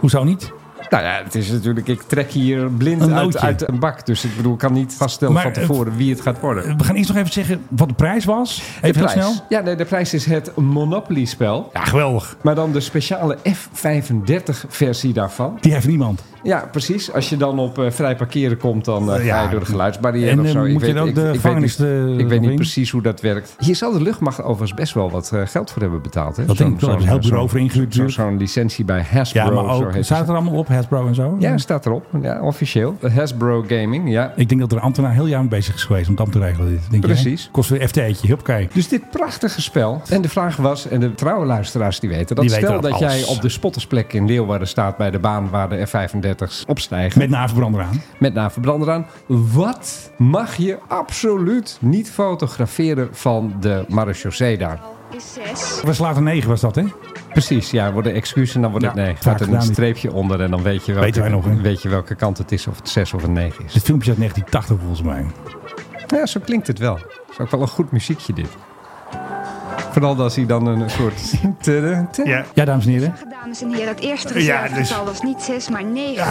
Hoezo niet? Nou ja, het is natuurlijk... Ik trek hier blind Een uit, loodje. uit een bak. Dus ik bedoel, ik kan niet vaststellen Maar, van eh, tevoren wie het gaat worden. We gaan eerst nog even zeggen wat de prijs was. De Even heel prijs. snel. Ja, nee, de prijs is het Monopoly-spel. Ja, geweldig. Maar dan de speciale F35-versie daarvan. Die heeft niemand. Ja, precies. Als je dan op eh, vrij parkeren komt, dan eh, Eh, ga ja. je door de geluidsbarrière En, of eh, zo. moet je dan ook de gevangenis weet niet, de- ik weet niet in? precies hoe dat werkt. Hier zal de luchtmacht overigens best wel wat eh, geld voor hebben betaald. Hè? Dat denk ik wel. Er is een heel bureau voor ingehuurd Zo'n natuurlijk. zo'n licentie bij Hasbro. Ja, maar zo ook. heet het. Staat er allemaal op, Hasbro en zo? Ja, staat erop. Ja, officieel. Hasbro Gaming, ja. Ik denk dat er een ambtenaar heel jaar mee bezig is geweest om het te regelen. Dit. Denk jij? Precies. Kost weer een FT'tje. Huppakee. Dus dit prachtige spel. En de vraag was, en de trouwe luisteraars die weten dat. Die weten stel dat dat, jij alles. op de spottersplek in Leeuwarden staat bij de baan waar de F35's opstijgen. Met naverbrander aan. Met naverbrander aan. Wat mag je absoluut niet fotograferen van de marechaussee daar? We slaan een 9 was dat, hè? Precies, ja, worden excuses en dan wordt Ja, het nee. vaak Gaat er een gedaan dit. streepje onder en dan weet je, welke, Weten wij nog, hè? weet je welke kant het is, of het 6 of een 9 is. Dit filmpje uit 1980 volgens mij. Ja, zo klinkt het wel. is ook wel een goed muziekje dit. Vooral als hij dan een soort... Ja, ja dames en heren. Dames en heren, het eerste Ja, dus- reservegetal was niet 6, maar 9. Ja, dat,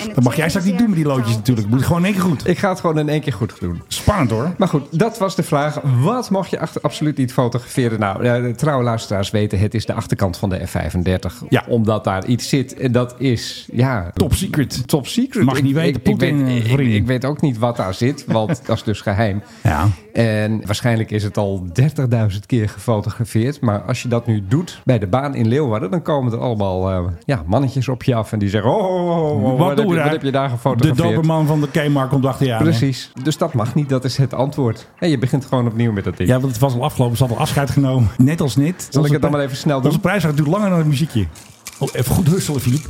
En het dat mag jij straks niet doen met die loodjes natuurlijk. Moet je gewoon in één keer goed. Ik ga het gewoon in één keer goed doen. Spannend hoor. Maar goed, dat was de vraag. Wat mocht je achter, absoluut niet fotograferen? Nou, ja, de trouwe luisteraars weten, het is de achterkant van de F-35. Ja. Omdat daar iets zit en dat is, ja... Top secret. Top secret. Mag je niet Ik- weten, ik- ik Poetin, weet- eh, ik, vriend. ik weet ook niet wat daar zit, want dat is dus geheim. Ja. En waarschijnlijk is het al 30.000 keer gefotografeerd. Maar als je dat nu doet bij de baan in Leeuwarden... dan komen er allemaal eh, ja, mannetjes op je af en die zeggen... Oh, oh, oh, oh, Wat, wat, heb doen we je, daar? wat heb je daar De gefotografeerd? doberman van de Kmart komt achter je aan. hè? Precies. Dus dat mag niet. Dat is het antwoord. En je begint gewoon opnieuw met dat ding. Ja, want het was al afgelopen. Ze hadden al afscheid genomen. Net als net. Zal ik het dan pri- maar even snel doen? Onze prijs gaat duurt langer dan het muziekje. Oh, even goed husselen, Filip.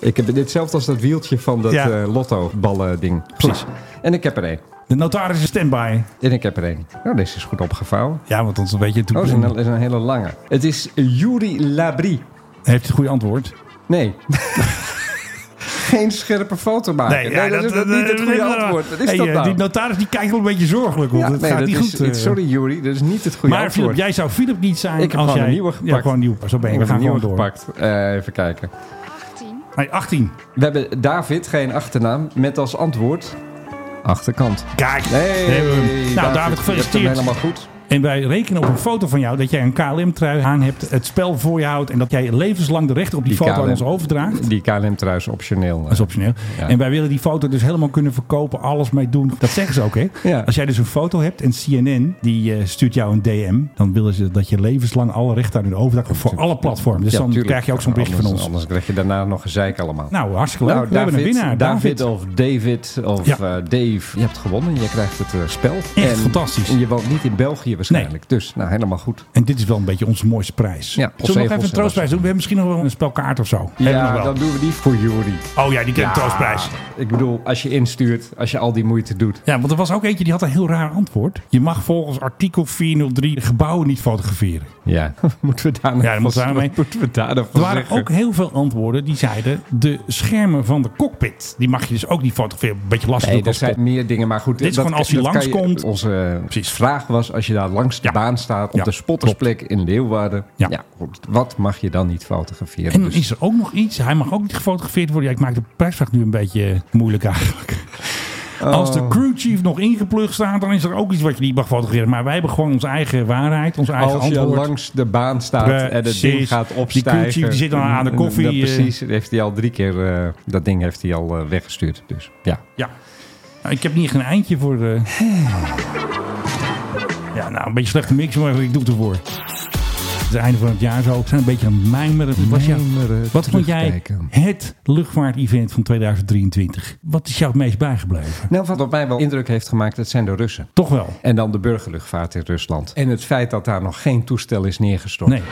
Ik heb ditzelfde als dat wieltje van dat Ja. eh lottoballen ding. Precies. En ik heb er één. De notaris is standby. En ik heb er één. Nou, deze is goed opgevouwen. Ja, want dan weet je Oh, toen. dat is een, dat is een hele lange. Het is Yuri Labrie. Heeft het goede antwoord? Nee. Geen scherpe foto maken. Nee, dat, is niet het goede antwoord. Wat is Hey, dat eh, nou? Die notaris die kijkt wel een beetje zorgelijk, want Ja, het nee, gaat dat niet is- goed. eh. Sorry Yuri, dat is niet het goede maar antwoord. Philip, jij zou Philip niet zijn ik als heb gewoon jij... een nieuwe gepakt. Ja, gewoon nieuw. Zo ben Ik je. We heb gaan een nieuwe gewoon door. gepakt. Eh, even kijken. Nee, 18. We hebben David, geen achternaam, met als antwoord achterkant. Kijk, Hey, daar hebben we hem. Nou, David, Je gefeliciteerd. hebt hem helemaal goed. En wij rekenen op een foto van jou dat jij een KLM-trui aan hebt, het spel voor je houdt en dat jij levenslang de rechten op die, foto aan ons overdraagt. Die KLM trouwens optioneel. eh, Dat is optioneel. Ja. En wij willen die foto dus helemaal kunnen verkopen, alles mee doen. Dat zeggen ze ook, hè? Ja. Als jij dus een foto hebt en CNN die eh, stuurt jou een DM, dan willen ze dat je levenslang alle rechten aan hun overdraagt voor alle platformen. Dus Ja, dan tuurlijk. krijg je ook zo'n berichtje van Anders- ons. Anders krijg je daarna nog gezeik allemaal. Nou, hartstikke leuk. Nou, We hebben een David, winnaar, David, David. of David of Ja. eh, Dave. Je hebt gewonnen. Je krijgt het eh, spel. Echt fantastisch. En je woont niet in België. waarschijnlijk. Dus nou, helemaal goed. En dit is wel een beetje onze mooiste prijs. Ja, Zullen we nog even een zegels, troostprijs doen? We hebben misschien nog wel een spelkaart of zo. Hebben we nog Ja, wel. dan doen we die voor Jury. Oh ja, die krijgt een troostprijs. Ik bedoel, als je instuurt, als je al die moeite doet. Ja, want er was ook eentje die had een heel raar antwoord. Je mag volgens artikel 403 de gebouwen niet fotograferen. Ja, moeten we daar nog Ja, dan moeten we vast- daarmee. moeten we daar nog Er van waren zeggen? ook heel veel antwoorden die zeiden... de schermen van de cockpit, die mag je dus ook niet fotograferen. Beetje lastig. Nee, ook er als zijn kop. meer dingen, maar goed. Dit is gewoon als je dat kan langskomt. Onze vraag was, als je daar langs de baan staat... op Ja, de spottersplek in Leeuwarden... Ja. goed, wat mag je dan niet fotograferen? En dan Dus- is er ook nog iets. Hij mag ook niet gefotografeerd worden. Ja, ik maak de prijsvraag nu een beetje moeilijk eigenlijk. Oh. Als de crew chief nog ingeplucht staat, dan is er ook iets wat je niet mag fotograferen. Maar wij hebben gewoon onze eigen waarheid, ons eigen als je antwoord. langs de baan staat en het ding Precies. gaat Die opstijgen. koeltje, die zit dan aan de koffie, Ja, eh. precies, heeft hij al drie keer eh, dat ding heeft hij al eh, weggestuurd. Dus ja. Ja. Nou, ik heb niet echt een eindje voor de... Ja, nou, een beetje slechte mix, maar ik doe het ervoor. Het einde van het jaar zo. We zijn een beetje aan het mijmeren. Wat was jou- Mijmeren, wat vond jij terugkijken. het luchtvaart-event van 2023? Wat is jou het meest bijgebleven? Nou, wat op mij wel indruk heeft gemaakt, dat zijn de Russen. Toch wel. En dan de burgerluchtvaart in Rusland. En het feit dat daar nog geen toestel is neergestort. Nee.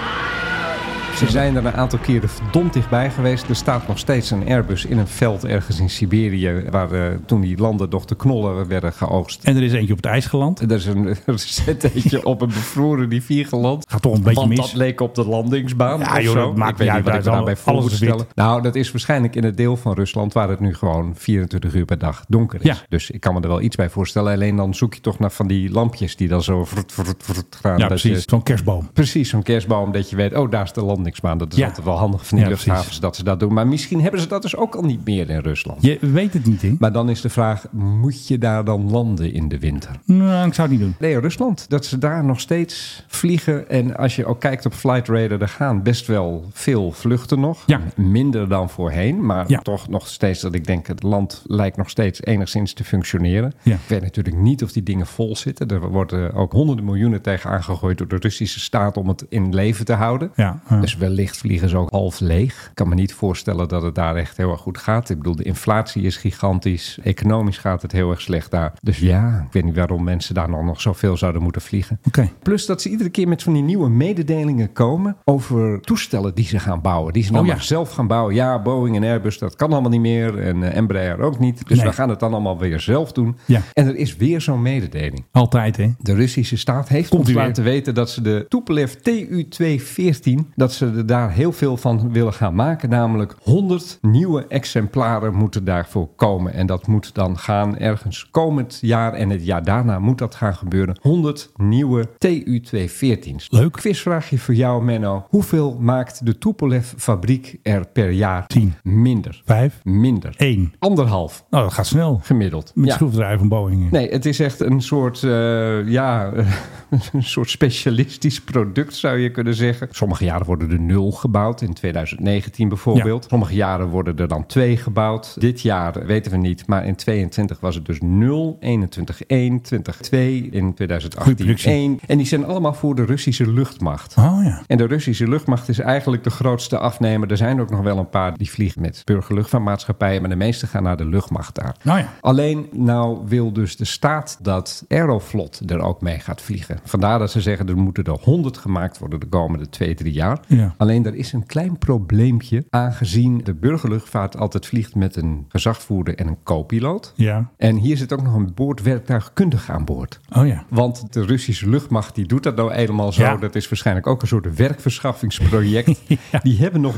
Ze zijn er een aantal keren verdomd dichtbij geweest. Er staat nog steeds een Airbus in een veld ergens in Siberië... waar eh, toen die landen nog de knollen werden geoogst. En er is eentje op het ijs geland. Er is een recentje op een bevroren rivier geland. Gaat toch een beetje Want mis. dat leek op de landingsbaan Ja, of joh, zo. dat maakt ik weet niet niet uit. wat ik Daar is daarbij al- voor alles moet is wit. stellen. Nou, dat is waarschijnlijk in het deel van Rusland... waar het nu gewoon 24 uur per dag donker is. Ja. Dus ik kan me er wel iets bij voorstellen. Alleen dan zoek je toch naar van die lampjes die dan zo vrut, vrut, vrut gaan. Ja, dat je- precies. Zo'n kerstboom. Precies, zo'n kerstboom dat je weet, oh, daar is de landingsbaan. Dat is Ja. altijd wel handig van die Ja, luchthavens precies. dat ze dat doen. Maar misschien hebben ze dat dus ook al niet meer in Rusland. Je weet het niet, hè? Maar dan is de vraag, moet je daar dan landen in de winter? Nou, ik zou het niet doen. Nee, Rusland. Dat ze daar nog steeds vliegen. En als je ook kijkt op Flight Radar, er gaan best wel veel vluchten nog. Ja. Minder dan voorheen. Maar Ja. toch nog steeds dat ik denk, het land lijkt nog steeds enigszins te functioneren. Ja. Ik weet natuurlijk niet of die dingen vol zitten. Er worden ook honderden miljoenen tegen aangegooid door de Russische staat om het in leven te houden. Ja, eh, ja. Dus wellicht vliegen ze ook half leeg. Ik kan me niet voorstellen dat het daar echt heel erg goed gaat. Ik bedoel, de inflatie is gigantisch. Economisch gaat het heel erg slecht daar. Dus ja, ik weet niet waarom mensen daar nog, nog zoveel zouden moeten vliegen. Oké. Plus dat ze iedere keer met van die nieuwe mededelingen komen over toestellen die ze gaan bouwen. Die ze dan Oh ja. maar zelf gaan bouwen. Ja, Boeing en Airbus, dat kan allemaal niet meer. En eh, Embraer ook niet. Dus Nee. we gaan het dan allemaal weer zelf doen. Ja. En er is weer zo'n mededeling. Altijd, hè? De Russische staat heeft Komt ons u weer. laten weten dat ze de Tupolev Tu-214, dat ze er daar heel veel van willen gaan maken. Namelijk 100 nieuwe exemplaren moeten daarvoor komen. En dat moet dan gaan ergens komend jaar en het jaar daarna moet dat gaan gebeuren. 100 nieuwe Tu-214's. Leuk. Quizvraagje voor jou, Menno. Hoeveel maakt de Tupolev-fabriek er per jaar? Tien. Minder. Vijf. Minder. Eén. Anderhalf. Nou, dat gaat snel. Gemiddeld. Met Ja. schroefdraaier van Boeing. Nee, het is echt een soort, eh, ja, een soort specialistisch product zou je kunnen zeggen. Sommige jaren worden er nul gebouwd, in 2019 bijvoorbeeld. Sommige jaren worden er dan twee gebouwd. Dit jaar weten we niet, maar in 22 was het dus 0, 21, 1, 20, 2, in Goeie 2018 productie. 1. En die zijn allemaal voor de Russische luchtmacht. Oh ja. En de Russische luchtmacht is eigenlijk de grootste afnemer. Er zijn ook nog wel een paar die vliegen met burgerluchtvaartmaatschappijen, maar de meeste gaan naar de luchtmacht daar. Nou ja. Alleen nou wil dus de staat dat Aeroflot er ook mee gaat vliegen. Vandaar dat ze zeggen er moeten er 100 gemaakt worden de komende 2, 3 jaar. Ja. Alleen er is een klein probleempje aangezien de burgerluchtvaart altijd vliegt met een gezagvoerder en een co-piloot. Ja. En hier zit ook nog een boordwerktuigkundige aan boord. Oh ja. Want de Russische luchtmacht die doet dat nou eenmaal zo. Ja. Dat is waarschijnlijk ook een soort werkverschaffingsproject. Die hebben nog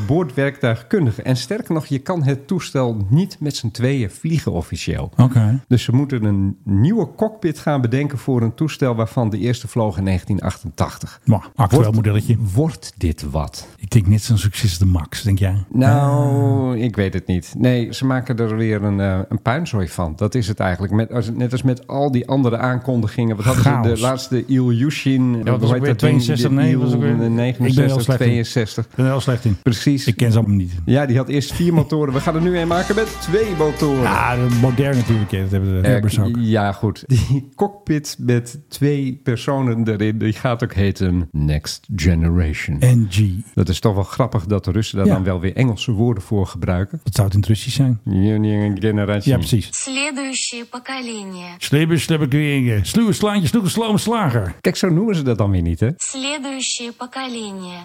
boordwerktuigkundigen. En sterker nog, je kan het toestel niet met z'n tweeën vliegen officieel. Oké. Dus ze moeten een nieuwe cockpit gaan bedenken voor een toestel waarvan de eerste vloog in 1988. Maar, actueel Wordt- modelletje. Wordt dit wat? Ik denk net zo'n succes als de Max, denk jij? Nou, Ah. ik weet het niet. Nee, ze maken er weer een, eh, een puinzooi van. Dat is het eigenlijk. Met, als- net als met al die andere aankondigingen. Wat hadden ze Chaos. de laatste Ilyushin. Ja, wat was hoe ook heet weer? dat ding? 62? De Nee, was ook weer- Il- Ik ben heel 69, slecht in. 62. Ik ben er heel slecht in. Precies. Ik ken ze allemaal niet. Ja, die had eerst vier motoren. We gaan er nu een maken met twee motoren. Ja, de modern natuurlijk. hè. Dat hebben de Eh, Airbus ook. ja, goed. Die cockpit met twee Ronan erin. Die gaat ook heten Next Generation. NG. Dat is toch wel grappig dat de Russen daar Ja. dan wel weer Engelse woorden voor gebruiken. Dat zou het in het Russisch zijn. Nieuwe generatie. Ja, precies. Следующее поколение. Slibber, slibber, kringen. Sluwe slaantje, snoeke, slome slager. Kijk, zo noemen ze dat dan weer niet, hè? Следующее поколение.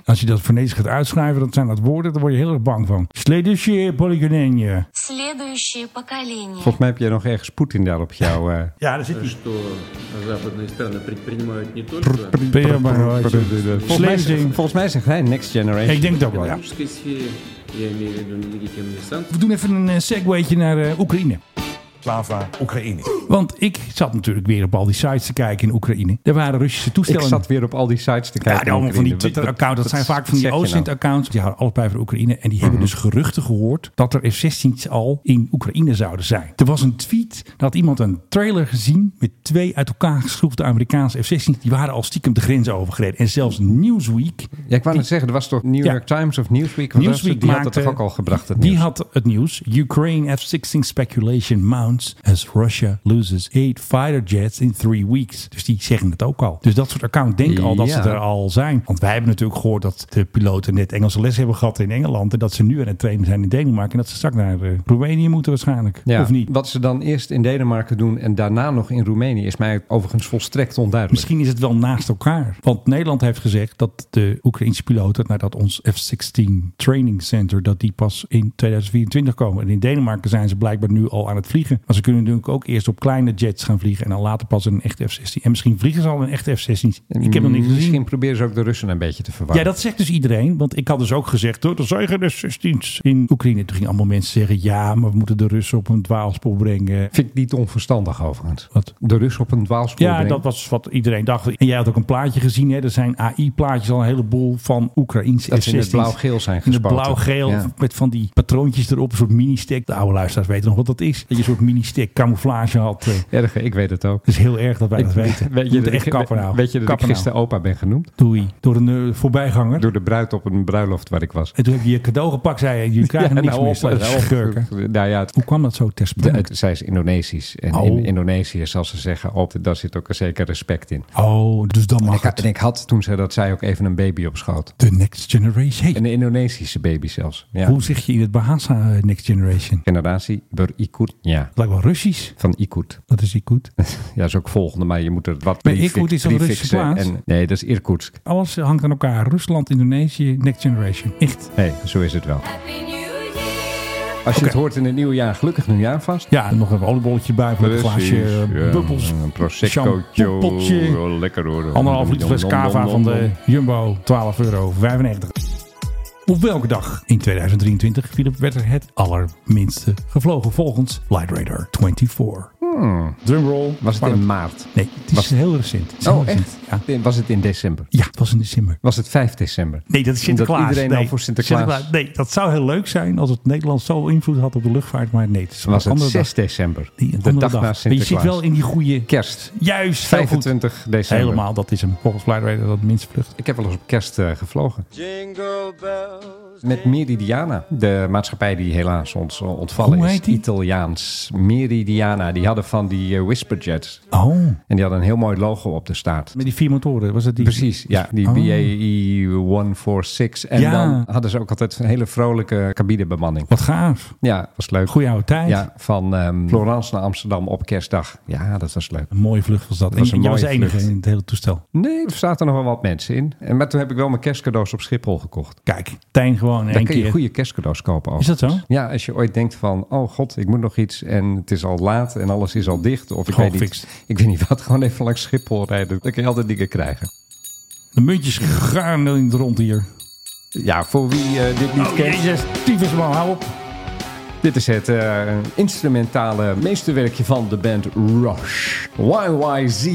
Als je dat Venetisch gaat uitschrijven, dat zijn dat woorden, daar word je heel erg bang van. Sledische polygonenje. Следующее поколение. Volgens mij heb jij nog ergens Poetin daar op jou. eh, Ja, dat zit dus- Что западные страны предпринимают не только... Volgens mij, volgens mij zegt hij Next Generation. Ik denk dat В wel, ja. экономической сфере, я имею в виду нелегитимные санкции, We doen even een eh, segwaytje naar eh, Oekraïne. Slava, Oekraïne. Want ik zat natuurlijk weer op al die sites te kijken in Oekraïne. Er waren Russische toestellen. Ik zat weer op al die sites te kijken. Ja, allemaal van die Oekraïne. Wat- Twitter-accounts. Dat wat zijn vaak van die zeg je nou? Mhm. OSINT-accounts. Die houden allebei van Oekraïne. En die hebben dus geruchten gehoord dat er F-16's al in Oekraïne zouden zijn. Er was een tweet. dat had iemand een trailer gezien met twee uit elkaar geschroefde Amerikaanse F-16's. Die waren al stiekem de grens overgereden. En zelfs Newsweek. Ja, ik wou net zeggen, er was toch New Ja. York Times of Newsweek? Want dat- Newsweek die had maakte- dat toch ook al gebracht, het die nieuws. had het nieuws. Ukraine F-16 speculation mounts as Russia loses eight fighter jets in three weeks. Dus die zeggen het ook al. Dus dat soort account denken al dat Ja. ze er al zijn. Want wij hebben natuurlijk gehoord dat de piloten net Engelse les hebben gehad in Engeland. En dat ze nu aan het trainen zijn in Denemarken. En dat ze straks naar eh, Roemenië moeten waarschijnlijk. Ja, Of niet. Wat ze dan eerst in Denemarken doen en daarna nog in Roemenië is mij overigens volstrekt onduidelijk. Misschien is het wel naast elkaar. Want Nederland heeft gezegd dat de Oekraïnse piloten, nadat ons F-16 Training Center, dat die pas in 2024 komen. En in Denemarken zijn ze blijkbaar nu al aan het vliegen. Maar ze kunnen natuurlijk ook eerst op kleine jets gaan vliegen en dan later pas een echte F-16. En misschien vliegen ze al een echte F-16. Ik heb nog niet gezien. Misschien proberen ze ook de Russen een beetje te verwarren. Ja, dat zegt dus iedereen. Want ik had dus ook gezegd, hoor, er zijn geen F-16's in Oekraïne. Toen gingen allemaal mensen zeggen, ja, maar we moeten de Russen op een dwaalspoor brengen. Vind ik niet onverstandig overigens. Wat? De Russen op een dwaalspoor Ja, brengen. dat was wat iedereen dacht. En jij had ook een plaatje gezien. Hè? Er zijn AI-plaatjes al een heleboel van Oekraïnse Dat ze in het F-16's. blauw-geel zijn In gespoten. het blauw-geel, Ja. met van die patroontjes erop. Een soort mini-stick. De oude luisteraars weten nog wat dat is. Dat je een soort mini-stick camouflage had. eh. Erg, ik weet het ook. Het is heel erg dat wij Ik- dat weten. Weet We je, moeten dat echt ik, kappen nou. weet je dat Kappen ik nou. gisteren opa ben genoemd? Doei. Door een eh, voorbijganger. Door de bruid op een bruiloft waar ik was. En toen heb je je cadeau gepakt, zei je. Je krijgt Ja, niks nou, meer. op- nou, op- Schurken. Nou ja, het- Hoe kwam dat zo ter de- sprake? het- zij is Indonesisch. En Oh. in Indonesië, zoals ze zeggen, op, daar zit ook een zeker respect in. Oh, dus dan En mag ik, had, het. en ik had toen zei dat zij ook even een baby op schoot. The next generation. Hey, Een Indonesische baby zelfs. Ja. Hoe zeg je in het Bahasa eh, next generation? Generatie berikut. Ja. Het lijkt wel Russisch. Van Ikut. Dat is Ikut. Ja, is ook volgende, maar je moet er wat Maar prefix- Irkut is een Russische prefixen plaats? en- nee, dat is Irkutsk. Alles hangt aan elkaar. Rusland, Indonesië, Next Generation. Echt. Nee, zo is het wel. Als je het hoort in het nieuwe jaar, gelukkig nieuwjaar vast. Ja, en nog een oliebolletje bij voor een Precies, glaasje eh, ja. bubbels. Een proseccootje. shampoopotje. Oh, lekker hoor. Anderhalf liter fles cava van de Jumbo, 12,95 euro. Op welke dag in 2023, Philip, werd er het allerminste gevlogen volgens Flight Radar 24? Hmm. Drumroll. Was het in maart? Nee, het is Was- heel recent. Het is heel Oh, recent. echt? In- Was het in december? Ja, het was in december. Was het 5 december? Nee, dat is Sinterklaas. Omdat iedereen nee. al voor Sinterklaas... Nee, dat zou heel leuk zijn als het Nederland zo invloed had op de luchtvaart. Maar nee, het is een was het andere 6 dag. december. Die de andere dag. dag, na Maar je Sinterklaas. zit wel in die goede... Kerst. Juist, heel goed. 25 december. Helemaal, dat is hem. Volgens Flight Radar dat minste vlucht. Ik heb wel eens op kerst eh, gevlogen. Met Meridiana, de maatschappij die helaas ons eh, ontvallen Hoe is. heet die? Italiaans. Meridiana, die hadden van die eh, Whisperjets. Oh, En die hadden een heel mooi logo op de staart. met die vier motoren, was dat die? Precies, ja. Die E Oh. BAE 146. En Ja. dan hadden ze ook altijd een hele vrolijke cabinebemanning. Wat gaaf. Ja, was leuk. Goeie oude tijd. Ja, van ehm, Florence naar Amsterdam op kerstdag. Ja, dat was leuk. Een mooie vlucht was dat. was en een jij was de mooie enige vlucht. in het hele toestel. Nee, er zaten nog wel wat mensen in. En, maar toen heb ik wel mijn kerstcadeaus op Schiphol gekocht. Kijk, Tijn gewoon in Dan één kun je keer. goede kerstcadeaus kopen. Is dat zo? Ja, als je ooit denkt van, oh god, ik moet nog iets en het is al laat en alles is al dicht. Of ik Gewoon weet, fixed. niet, ik weet niet wat, gewoon even langs Schiphol rijden. Dan kun je altijd dingen krijgen. De muntjes gaan in het rond hier. Oh, Ja, voor wie eh, dit niet Oh, kent, jezus. Tyfus man, hou op. dit is het eh, instrumentale meesterwerkje van de band Rush. YYZ.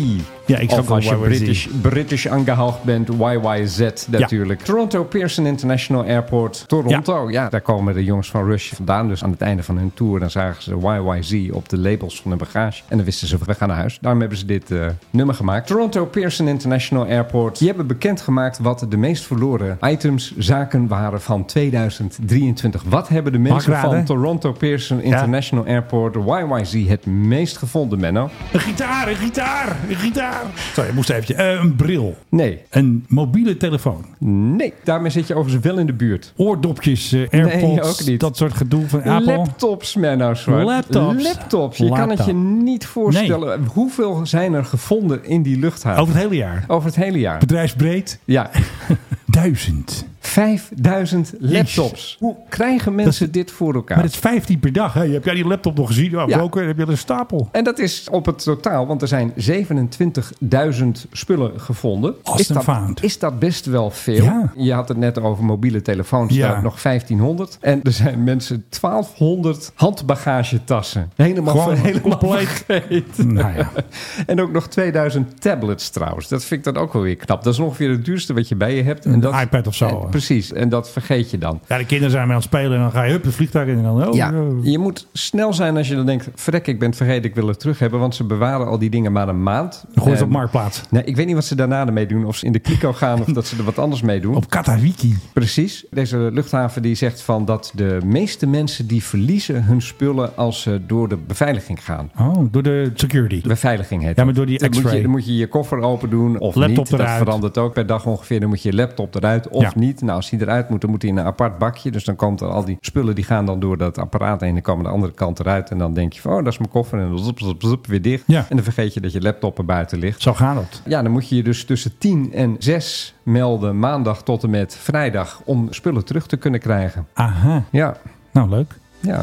Ja, ik snap of als je wel YYZ. British, British angehaucht bent, YYZ natuurlijk. Toronto Pearson International Airport, Toronto. Ja. daar komen de jongens van Rush vandaan. Dus aan het einde van hun tour, dan zagen ze YYZ op de labels van hun bagage. En dan wisten ze, we gaan naar huis. Daarom hebben ze dit eh, nummer gemaakt. Toronto Pearson International Airport. Die hebben bekendgemaakt wat de meest verloren items, zaken waren van 2023. Wat hebben de ik mensen van raden? Toronto Pearson International Airport, YYZ, het meest gevonden, Menno? Een gitaar, een gitaar, een gitaar. raar. Sorry, moest eventjes. Eh, een bril. Nee. Een mobiele telefoon. Nee, daarmee zit je overigens wel in de buurt. Oordopjes, eh, AirPods, Nee, ook niet. dat soort gedoe van Apple. Laptops, Menno Zwart. Laptops. Laptops. Je kan het Laptop. je niet voorstellen. Hoeveel zijn er gevonden in die luchthaven? Over het hele jaar. Over het hele jaar. Bedrijfsbreed. Ja. Duizend. 5000 laptops. Hoe krijgen mensen dit voor elkaar? Maar dat is 15 per dag. Hè? Heb jij die laptop nog gezien? Ja, Ja. broker, heb je een stapel. En dat is op het totaal, want er zijn 27.000 spullen gevonden. Lost is, and dat, found. is dat best wel veel? Ja. Je had het net over mobiele telefoons, Ja. daar nog 1500. En er zijn mensen 1200 handbagagetassen. Helemaal, Gewoon ver- helemaal compleet. vergeten. Nou ja. En ook nog 2000 tablets trouwens. Dat vind ik dan ook wel weer knap. Dat is ongeveer het duurste wat je bij je hebt. En Een dat, iPad of zo. en- precies, en dat vergeet je dan. Ja, de kinderen zijn mee aan het spelen en dan ga je hup, een vliegtuig in en dan... Oh, Ja, oh. je moet snel zijn als je dan denkt... verrek, ik ben het vergeten, ik wil het terug hebben... want ze bewaren al die dingen maar een maand. Dan gooi je Ehm, ze op Marktplaats. Nee, ik weet niet wat ze daarna ermee doen. Of ze in de kliko gaan of dat ze er wat anders mee doen. Op Katawiki. Precies. Deze luchthaven die zegt van dat de meeste mensen die verliezen hun spullen als ze door de beveiliging gaan. Oh, door de security. Beveiliging heet Ja, maar dat. door die Dan moet je- x-ray. Dan moet je je koffer open doen of Laptop niet. Dat eruit. verandert ook per dag ongeveer. Dan moet je je laptop eruit of Ja. niet. Nou, als die eruit moet, dan moet die in een apart bakje. Dus dan komt er al die spullen, die gaan dan door dat apparaat heen. Dan komen de andere kant eruit. En dan denk je van, oh, dat is mijn koffer. En dan zup, zup, zup, weer dicht. Ja. En dan vergeet je dat je laptop er buiten ligt. Zo gaat het. Ja, dan moet je je dus tussen 10 en 6 melden, maandag tot en met vrijdag, om spullen terug te kunnen krijgen. Aha. Ja, Nou, leuk. ja.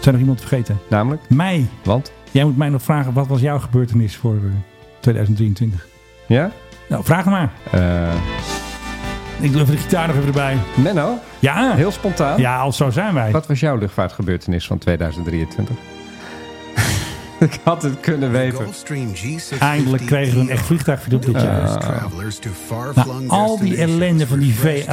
Zijn er iemand vergeten? Namelijk? Mij. Want? Jij moet mij nog vragen, wat was jouw gebeurtenis voor eh, 2023? Ja? Nou, vraag maar. Eh, Ik doe even de gitaar nog even erbij. Menno? Ja. Heel spontaan. Ja, al zo zijn wij. Wat was jouw luchtvaartgebeurtenis van 2023? Ik had het kunnen weten. Eindelijk kregen we een echt vliegtuig verdoemd dit jaar. Nou, al die ellende van die V11,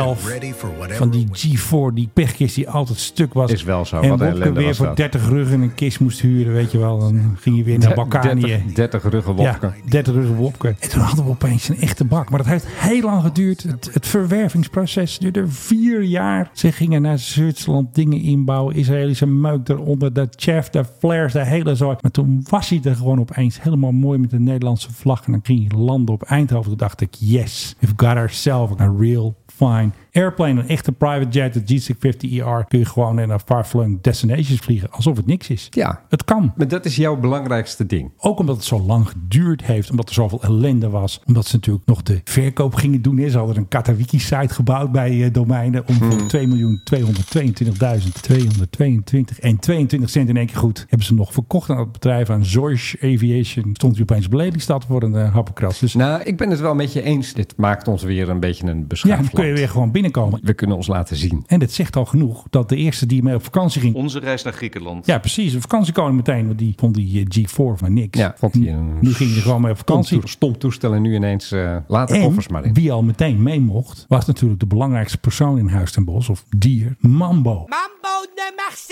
van die G4, die pechkist die altijd stuk was. Is wel zo, En wat een Wopke ellende weer was voor dat. 30 ruggen een kist moest huren, weet je wel. Dan ging je weer naar Balkanië. 30, 30 ruggen Wopke. Ja, 30 ruggen Wopke. En toen hadden we opeens een echte bak. Maar dat heeft heel lang geduurd. Het, het verwervingsproces duurde vier jaar. Ze gingen naar Zwitserland dingen inbouwen. Israëlische meuk eronder. De chef, de flares, de hele zooi. Maar toen was hij er gewoon opeens helemaal mooi met de Nederlandse vlag. En dan ging hij landen op Eindhoven. Toen dacht ik, yes, we've got ourselves a real fine airplane. Een echte private jet, de G650ER. E Kun je gewoon naar far-flung destinations vliegen. Alsof het niks is. Ja, Het kan. maar dat is jouw belangrijkste ding. Ook omdat het zo lang geduurd heeft, omdat er zoveel ellende was. Omdat ze natuurlijk nog de verkoop gingen doen. hè. Ze hadden een Katawiki-site gebouwd bij eh, domeinen om Hmm. voor 2.222.222 en 22 cent in één keer goed. Hebben ze nog verkocht aan het bedrijf, aan Zorge Aviation. Stond hij opeens beledigstad voor een eh, happenkras. Dus Nou, ik ben het wel met je eens. Dit maakt ons weer een beetje een beschaafd ja, dan kun je land. weer gewoon binnenkomen. We kunnen ons laten zien. En dat zegt al genoeg dat de eerste die mee op vakantie ging... Onze reis naar Griekenland. Ja, precies. Een vakantiekoning meteen, want die vond die eh, G4 van niks. Ja, vond hij een nu ging je gewoon mee op vakantie. stom, stom toestel en nu ineens eh laat de En koffers maar in. wie al meteen mee mocht, was natuurlijk de belangrijkste persoon in Huis ten Bos, of dier, Mambo. Mambo nummer 6.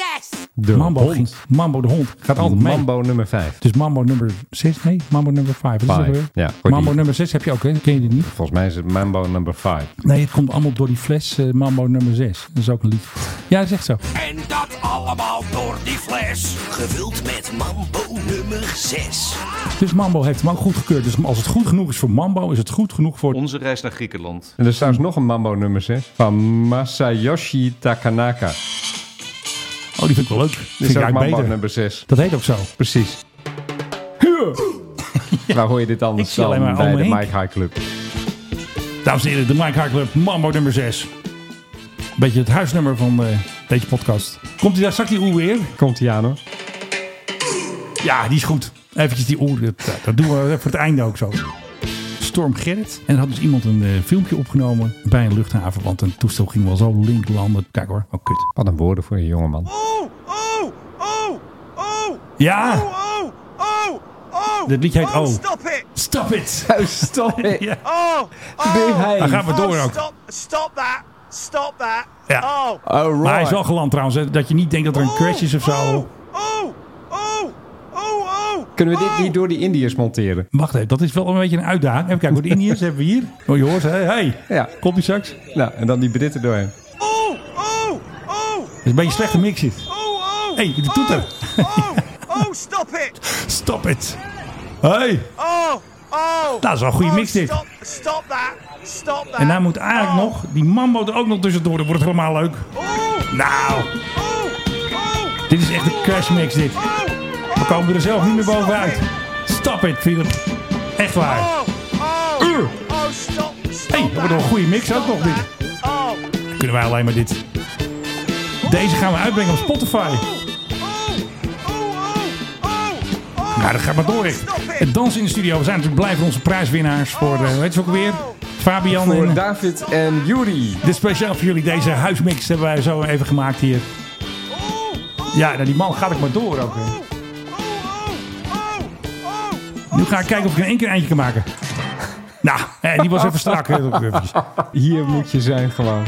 De Mambo, hond. ging, Mambo de hond gaat altijd mee. Mambo nummer 5. Dus Mambo nummer 6? Nee, Mambo nummer 5. Five, ja, voor Mambo die- nummer 6 heb je ook, hè? Ken je die niet? Volgens mij is het Mambo nummer 5. Nee, het komt allemaal door die fles eh, Mambo nummer 6. Dat is ook een lied. Ja, dat is echt zo. En dat allemaal door die fles. Gevuld met mambo nummer 6. Dus Mambo heeft hem ook goedgekeurd. Dus als het goed genoeg is voor Mambo, is het goed genoeg voor... Onze reis naar Griekenland. En er is trouwens nog een Mambo nummer 6 van Masayoshi Takanaka. Oh, die vind ik wel leuk. Dit Vind ik is ook eigenlijk Mambo beter. nummer 6. Dat heet ook zo. Precies. Waar hoor je dit Ik anders zie dan alleen maar bij de Ome Henk. Mike High Club? Dames en heren, de Mike High Club, Mambo nummer 6. Beetje het huisnummer van eh, deze podcast. Komt hij daar straks die oer weer? Komt ie aan hoor. Ja, die is goed. Eventjes die oer, dat, dat doen we voor het einde ook zo. Storm Gerrit. En er had dus iemand een eh, filmpje opgenomen bij een luchthaven. Want een toestel ging wel zo link landen. Kijk hoor, oh kut. Wat een woorden voor een jongeman. Oh, Ja! Dit liedje heet Oh. Stop it! Stop it! Stop it! Ja. Oh! Ben Oh! hij. Daar gaan we door oh, ook. Stop, stop that! Stop that! Ja. Oh! Maar hij is wel geland trouwens. hè. Dat je niet denkt dat er een crash is of zo. Oh! Oh! Oh! Oh! Kunnen we dit niet door die Indiërs monteren? Wacht even, dat is wel een beetje een uitdaging. Even kijken, voor de Indiërs hebben we hier. Oh, je hoort, hé, hey. Ja. Komt die straks? Nou, en dan die Britten doorheen. Oh! Oh! Oh! Dat is een beetje een slechte mix dit. Oh! Oh! Hé, hey, de toeter. Oh! Oh! Stop oh, it! Stop it. Hey. Oh! Dat is wel een goede mix dit. Stop, stop that. Stop that. En daar moet eigenlijk nog die mambo er ook nog tussendoor. Dat wordt helemaal leuk. Nou. Oh, Dit is echt een crash mix dit. We komen er zelf niet meer bovenuit. Stop it, Philip. Echt waar. Oh, Uur. hey, dat wordt wel een goede mix ook nog dit. Oh. Kunnen wij alleen maar dit. Deze gaan we uitbrengen op Oh, Spotify. oh, Nou, dat gaat maar door. echt. Het dansen in de studio. We zijn natuurlijk blij voor onze prijswinnaars. Voor, eh, weet je ook weer? Fabian Voor en... David en Yuri. Dit is speciaal voor jullie. Deze huismix hebben wij zo even gemaakt hier. Ja, nou, die man gaat ik maar door ook. hè. Oh, Nu ga ik kijken of ik in één keer een eindje kan maken. Nou, hè, die was even strak. hè, ook eventjes. Hier moet je zijn gewoon.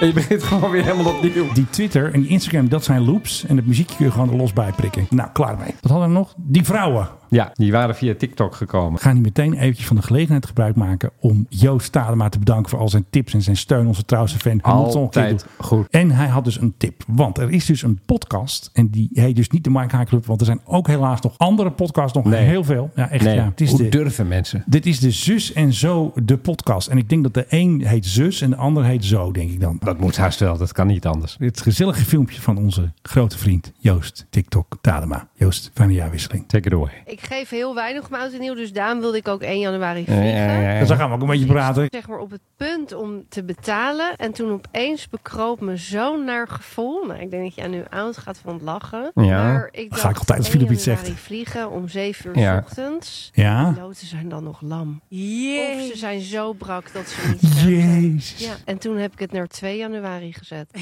En je begint gewoon weer helemaal opnieuw. Die Twitter en die Instagram, dat zijn loops. En het muziekje kun je gewoon er los bij prikken. Nou, klaar mee. Wat hadden we nog? Die vrouwen. Ja, die waren via TikTok gekomen. Gaan die meteen eventjes van de gelegenheid gebruik maken om Joost Tadema te bedanken voor al zijn tips en zijn steun. Onze trouwste fan. Hij moet het nog een keer Altijd doen. goed. En hij had dus een tip. Want er is dus een podcast. En die heet dus niet de Mike High Club. Want er zijn ook helaas nog andere podcasts. Nog Nee. heel veel. Ja, echt. Nee, Ja, het is hoe de- durven mensen? dit is de Zus en Zo, de podcast. En ik denk dat de een heet Zus en de ander heet Zo, denk ik dan. Dat moet haast wel, dat kan niet anders. Dit gezellige filmpje van onze grote vriend Joost TikTok Tadema. Joost, fijne jaarwisseling. Take it away. Ik geef heel weinig om oud en nieuw, dus daarom wilde ik ook 1 januari Ja, vliegen. Eh, Dus daar gaan we ook een beetje praten. Zeg maar op het punt om te betalen. En toen opeens bekroop me zo'n naar gevoel. Nou, ik denk dat je nu oud gaat van het lachen. Ja. Maar ik Dat ga ik altijd als Filip iets Ah. zegt. januari vliegen om 7 uur Ja. ochtends. Ja. Piloten zijn dan nog lam. Of ze zijn zo brak dat ze niet Jezus. Ja, en toen heb ik het naar 2 januari gezet.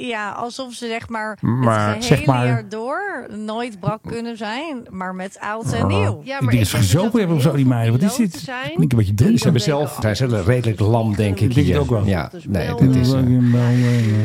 Ja, alsof ze zeg maar Maar, het zeg hele maar- jaar door nooit brak kunnen zijn, maar met oud en nieuw. die is gezopen hebben of zo, die meiden. Wat is dit? Ik denk een beetje Ze drinken. hebben zelf, zijn zelf redelijk lam, denk ik. Ik denk het hier. ook wel. Ja, nee, dit is... eh,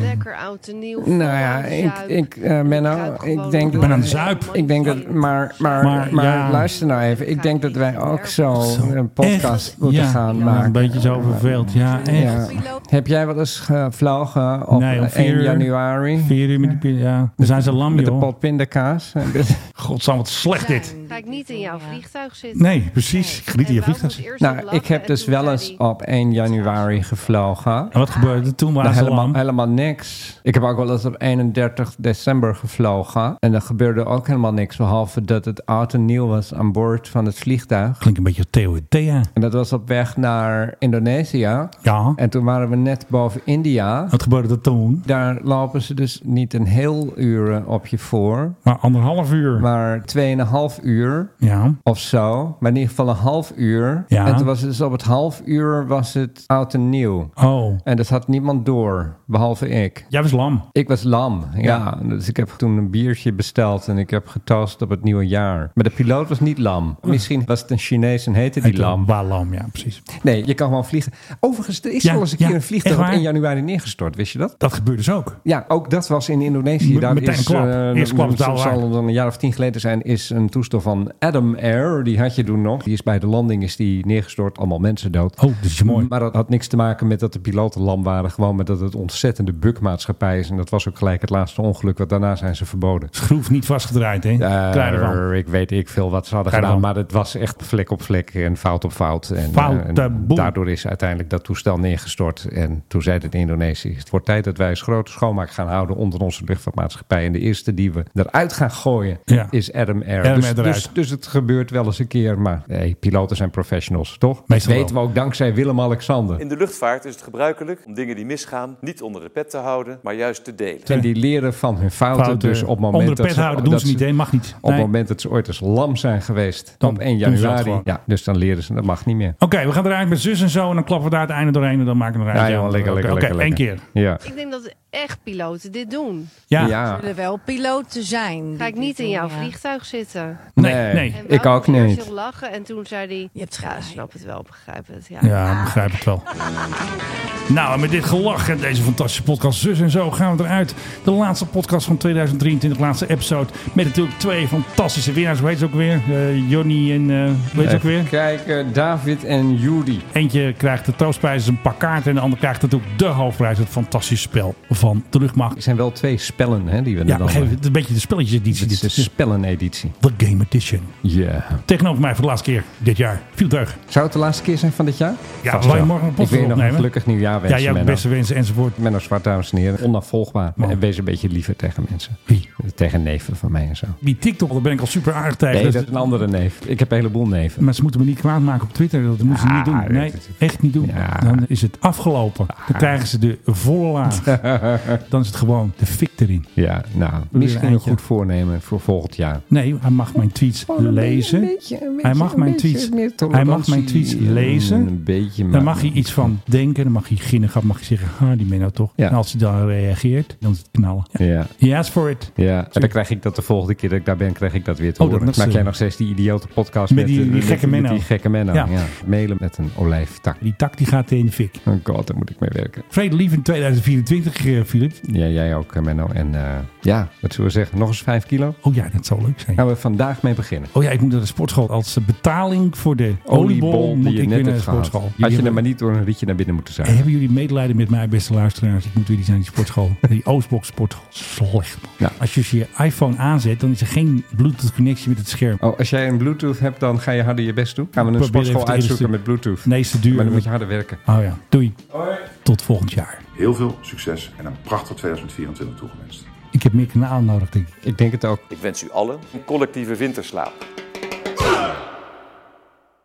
Lekker oud en nieuw. Nou ja, ik, ik, eh, Menno, ik denk... Ik ben aan het zuip. Ik denk dat... Maar, maar, Maar, maar, ja. luister nou even. Ik denk dat wij ook zo een podcast Echt? moeten Ja, gaan ja, maken. Een beetje zo verveeld, ja. Echt. Ja. Heb jij wel eens gevlogen op Nee, om 1 vier uur. januari? 4 uur met die pin- ja. Dan zijn ze lam, Met de joh. pot pindakaas? Dus- Godsam, wat slecht dit. Ga ik niet in jouw vliegtuig zitten. Nee, precies. Ik geniet hier vliegtuig. Nou, ik heb dus wel eens op 1 januari gevlogen. En wat gebeurde er toen? Nou, Waren ze helemaal, lam? helemaal niks. Ik heb ook wel eens op 31 december gevlogen. En er gebeurde ook helemaal niks. Behalve dat het oud en nieuw was aan boord van het vliegtuig. Klinkt een beetje Theo en Thea. En dat was op weg naar Indonesië. Ja. En toen waren we net boven India. Wat gebeurde er toen? Daar lopen ze dus niet een heel uur eh, op je voor. Maar anderhalf uur. Maar tweeënhalf uur. Ja. Of zo. Maar in ieder geval een half uur. Ja. En toen was het dus op het half uur was het oud en nieuw. Oh. En dat had niemand door, behalve ik. Jij was lam. Ik was lam, ja. Ja. Dus ik heb toen een biertje besteld en ik heb getoast op het nieuwe jaar. Maar de piloot was niet lam. Misschien was het een Chinees en heette die lam. Waar lam, ja, precies. Nee, je kan gewoon vliegen. Overigens, er is Ja, wel eens een ja, keer een vliegtuig echt op waar? 1 januari neergestort, wist je dat? Dat gebeurt dus ook. Ja, ook dat was in Indonesië. Met- Daar meteen is, klap. eh, Eerst klap, dat daarna zal waar. dan een jaar of tien geleden zijn, is een toestel van Adam Air. Die had je toen nog. Die is bij de landing is die neergestort. Allemaal mensen dood. Oh, dat is mooi. Maar dat had niks te maken met dat de piloten lam waren. Gewoon met dat het ontzettende bukmaatschappij is. En dat was ook gelijk het laatste ongeluk. Want daarna zijn ze verboden. Schroef niet vastgedraaid, hè? Eh, Kleine van. ik weet ik veel wat ze hadden Kleine gedaan. van. Maar het was echt vlek op vlek en fout op fout. En, Fout, eh, en eh, boem. daardoor is uiteindelijk dat toestel neergestort. En toen zei het in Indonesië: Het wordt tijd dat wij eens grote schoonmaak gaan houden onder onze luchtvaartmaatschappij. En de eerste die we eruit gaan gooien Ja. is Adam Air. Adam dus, Air eruit. dus, dus het gebeurt wel eens een keer. Maar hey, piloten zijn professionals, toch? Meestal dat weten we ook dankzij Willem-Alexander. In de luchtvaart is het gebruikelijk om dingen die misgaan niet onder de pet te houden, maar juist te delen. En die leren van hun fouten. Fouten. Dus op het moment Onder de dat pet houden doen dat ze niet, hè? Mag niet. Op het Nee. moment dat ze ooit als lam zijn geweest, Dan op doen 1 ze dat januari. gewoon. Ja, dus dan leren ze, dat mag niet meer. Oké, we gaan eruit met zus en zo. En dan klappen we daar het einde doorheen. En dan maken we eruit. Ja, jongen, lekker, lekker, Oké, lekker, één lekker. keer. Ja. Ik denk dat echt piloten dit doen. Ja. Ja. Er zullen wel piloten zijn. Ga ik niet in jouw vliegtuig zitten. Nee, nee. Nee, En ik Wouter ook ging eerst niet. heel lachen en toen zei hij... Je hebt gelijk." snap het wel, begrijp het. Ja. Ja, begrijp het wel. Nou, en met dit gelach en deze fantastische podcast Zus en Zo gaan we eruit. De laatste podcast van 2023, laatste episode. Met natuurlijk twee fantastische winnaars. Hoe heet ze ook weer? Eh Jonny en... eh hoe heet ze ook Even weer? kijken, David en Judy. Eentje krijgt de troostprijs, een pak kaarten. En de ander krijgt natuurlijk de hoofdprijs, het fantastische spel van van de luchtmacht. Er zijn wel twee spellen hè, die we Ja, dan... eh, we geven het een beetje de spelletjeseditie. Het is Dit de is spelleneditie. The Game Edition. Ja. Tegenover mij voor de laatste keer dit jaar. Viel deug. Zou het de laatste keer zijn van dit jaar? Ja, Vast wij wel. morgen een podcast Ik wil je nog een opnemen. gelukkig nieuwjaar wensen, Ja, jij hebt Menno. beste wensen enzovoort. Menno Zwart, dames en heren. Onafvolgbaar. En wees een beetje liever tegen mensen. Wie? Tegen neven van mij en zo. Die TikTok, daar ben ik al super aardig tegen. Nee, Dus- dat is een andere neef. Ik heb een heleboel neven. Maar ze moeten me niet kwaad maken op Twitter. Dat moeten ze Ja, niet doen. Nee, echt niet doen. Dan is het afgelopen. Dan krijgen ze de volle laag. Dan is het gewoon de fik erin. Ja, nou, een misschien een eindje. goed voornemen voor volgend jaar. Nee, hij mag mijn tweets lezen. hij mag mijn tweets, hij mag mijn tweets lezen. Een beetje, maar- dan mag hij iets van denken. Dan mag hij ginnigap. Mag hij zeggen, ha, die Menno toch. En als hij dan reageert, dan is het knallen. Ja. Ja. He asked for it. Ja, en dan krijg ik dat de volgende keer dat ik daar ben, krijg ik dat weer te Oh, dat horen. nog Maak jij zo. nog steeds die idiote podcast Met die- eh, die gekke met Menno. die gekke Menno, Ja. ja. Mailen met een olijftak. Die tak die gaat in de fik. Oh god, daar moet ik mee werken. Vrede lief in 2024, eh, Filip. Ja, jij ook, eh, Menno. En eh, ja, wat zullen we zeggen? Nog eens vijf kilo? Oh ja, dat zou leuk zijn. Gaan we vandaag mee beginnen. Oh ja, ik moet naar de sportschool. Als eh, betaling voor de oliebol moet ik weer naar de gehad. sportschool. Had je Jullie er maar niet door een rietje naar binnen moeten hebben- zijn. Hebben jullie medelijden met mij, beste luisteraars? Ik moet weer iets naar die sportschool. Die Oostblok sportschool. Slecht. man. Ja. Als je dus je iPhone aanzet, dan is er geen Bluetooth-connectie met het scherm. Oh, als jij een Bluetooth hebt, dan ga je harder je best doen. Gaan we een Probeer even sportschool te uitzoeken met illustreren. Bluetooth. Nee, is te duur. Maar dan moet je harder werken. Oh ja, doei. Tot volgend jaar. Heel veel succes en een prachtig 2024 toegewenst. Ik heb meer kanalen nodig, denk ik. Ik denk het ook. Ik wens u allen een collectieve winterslaap.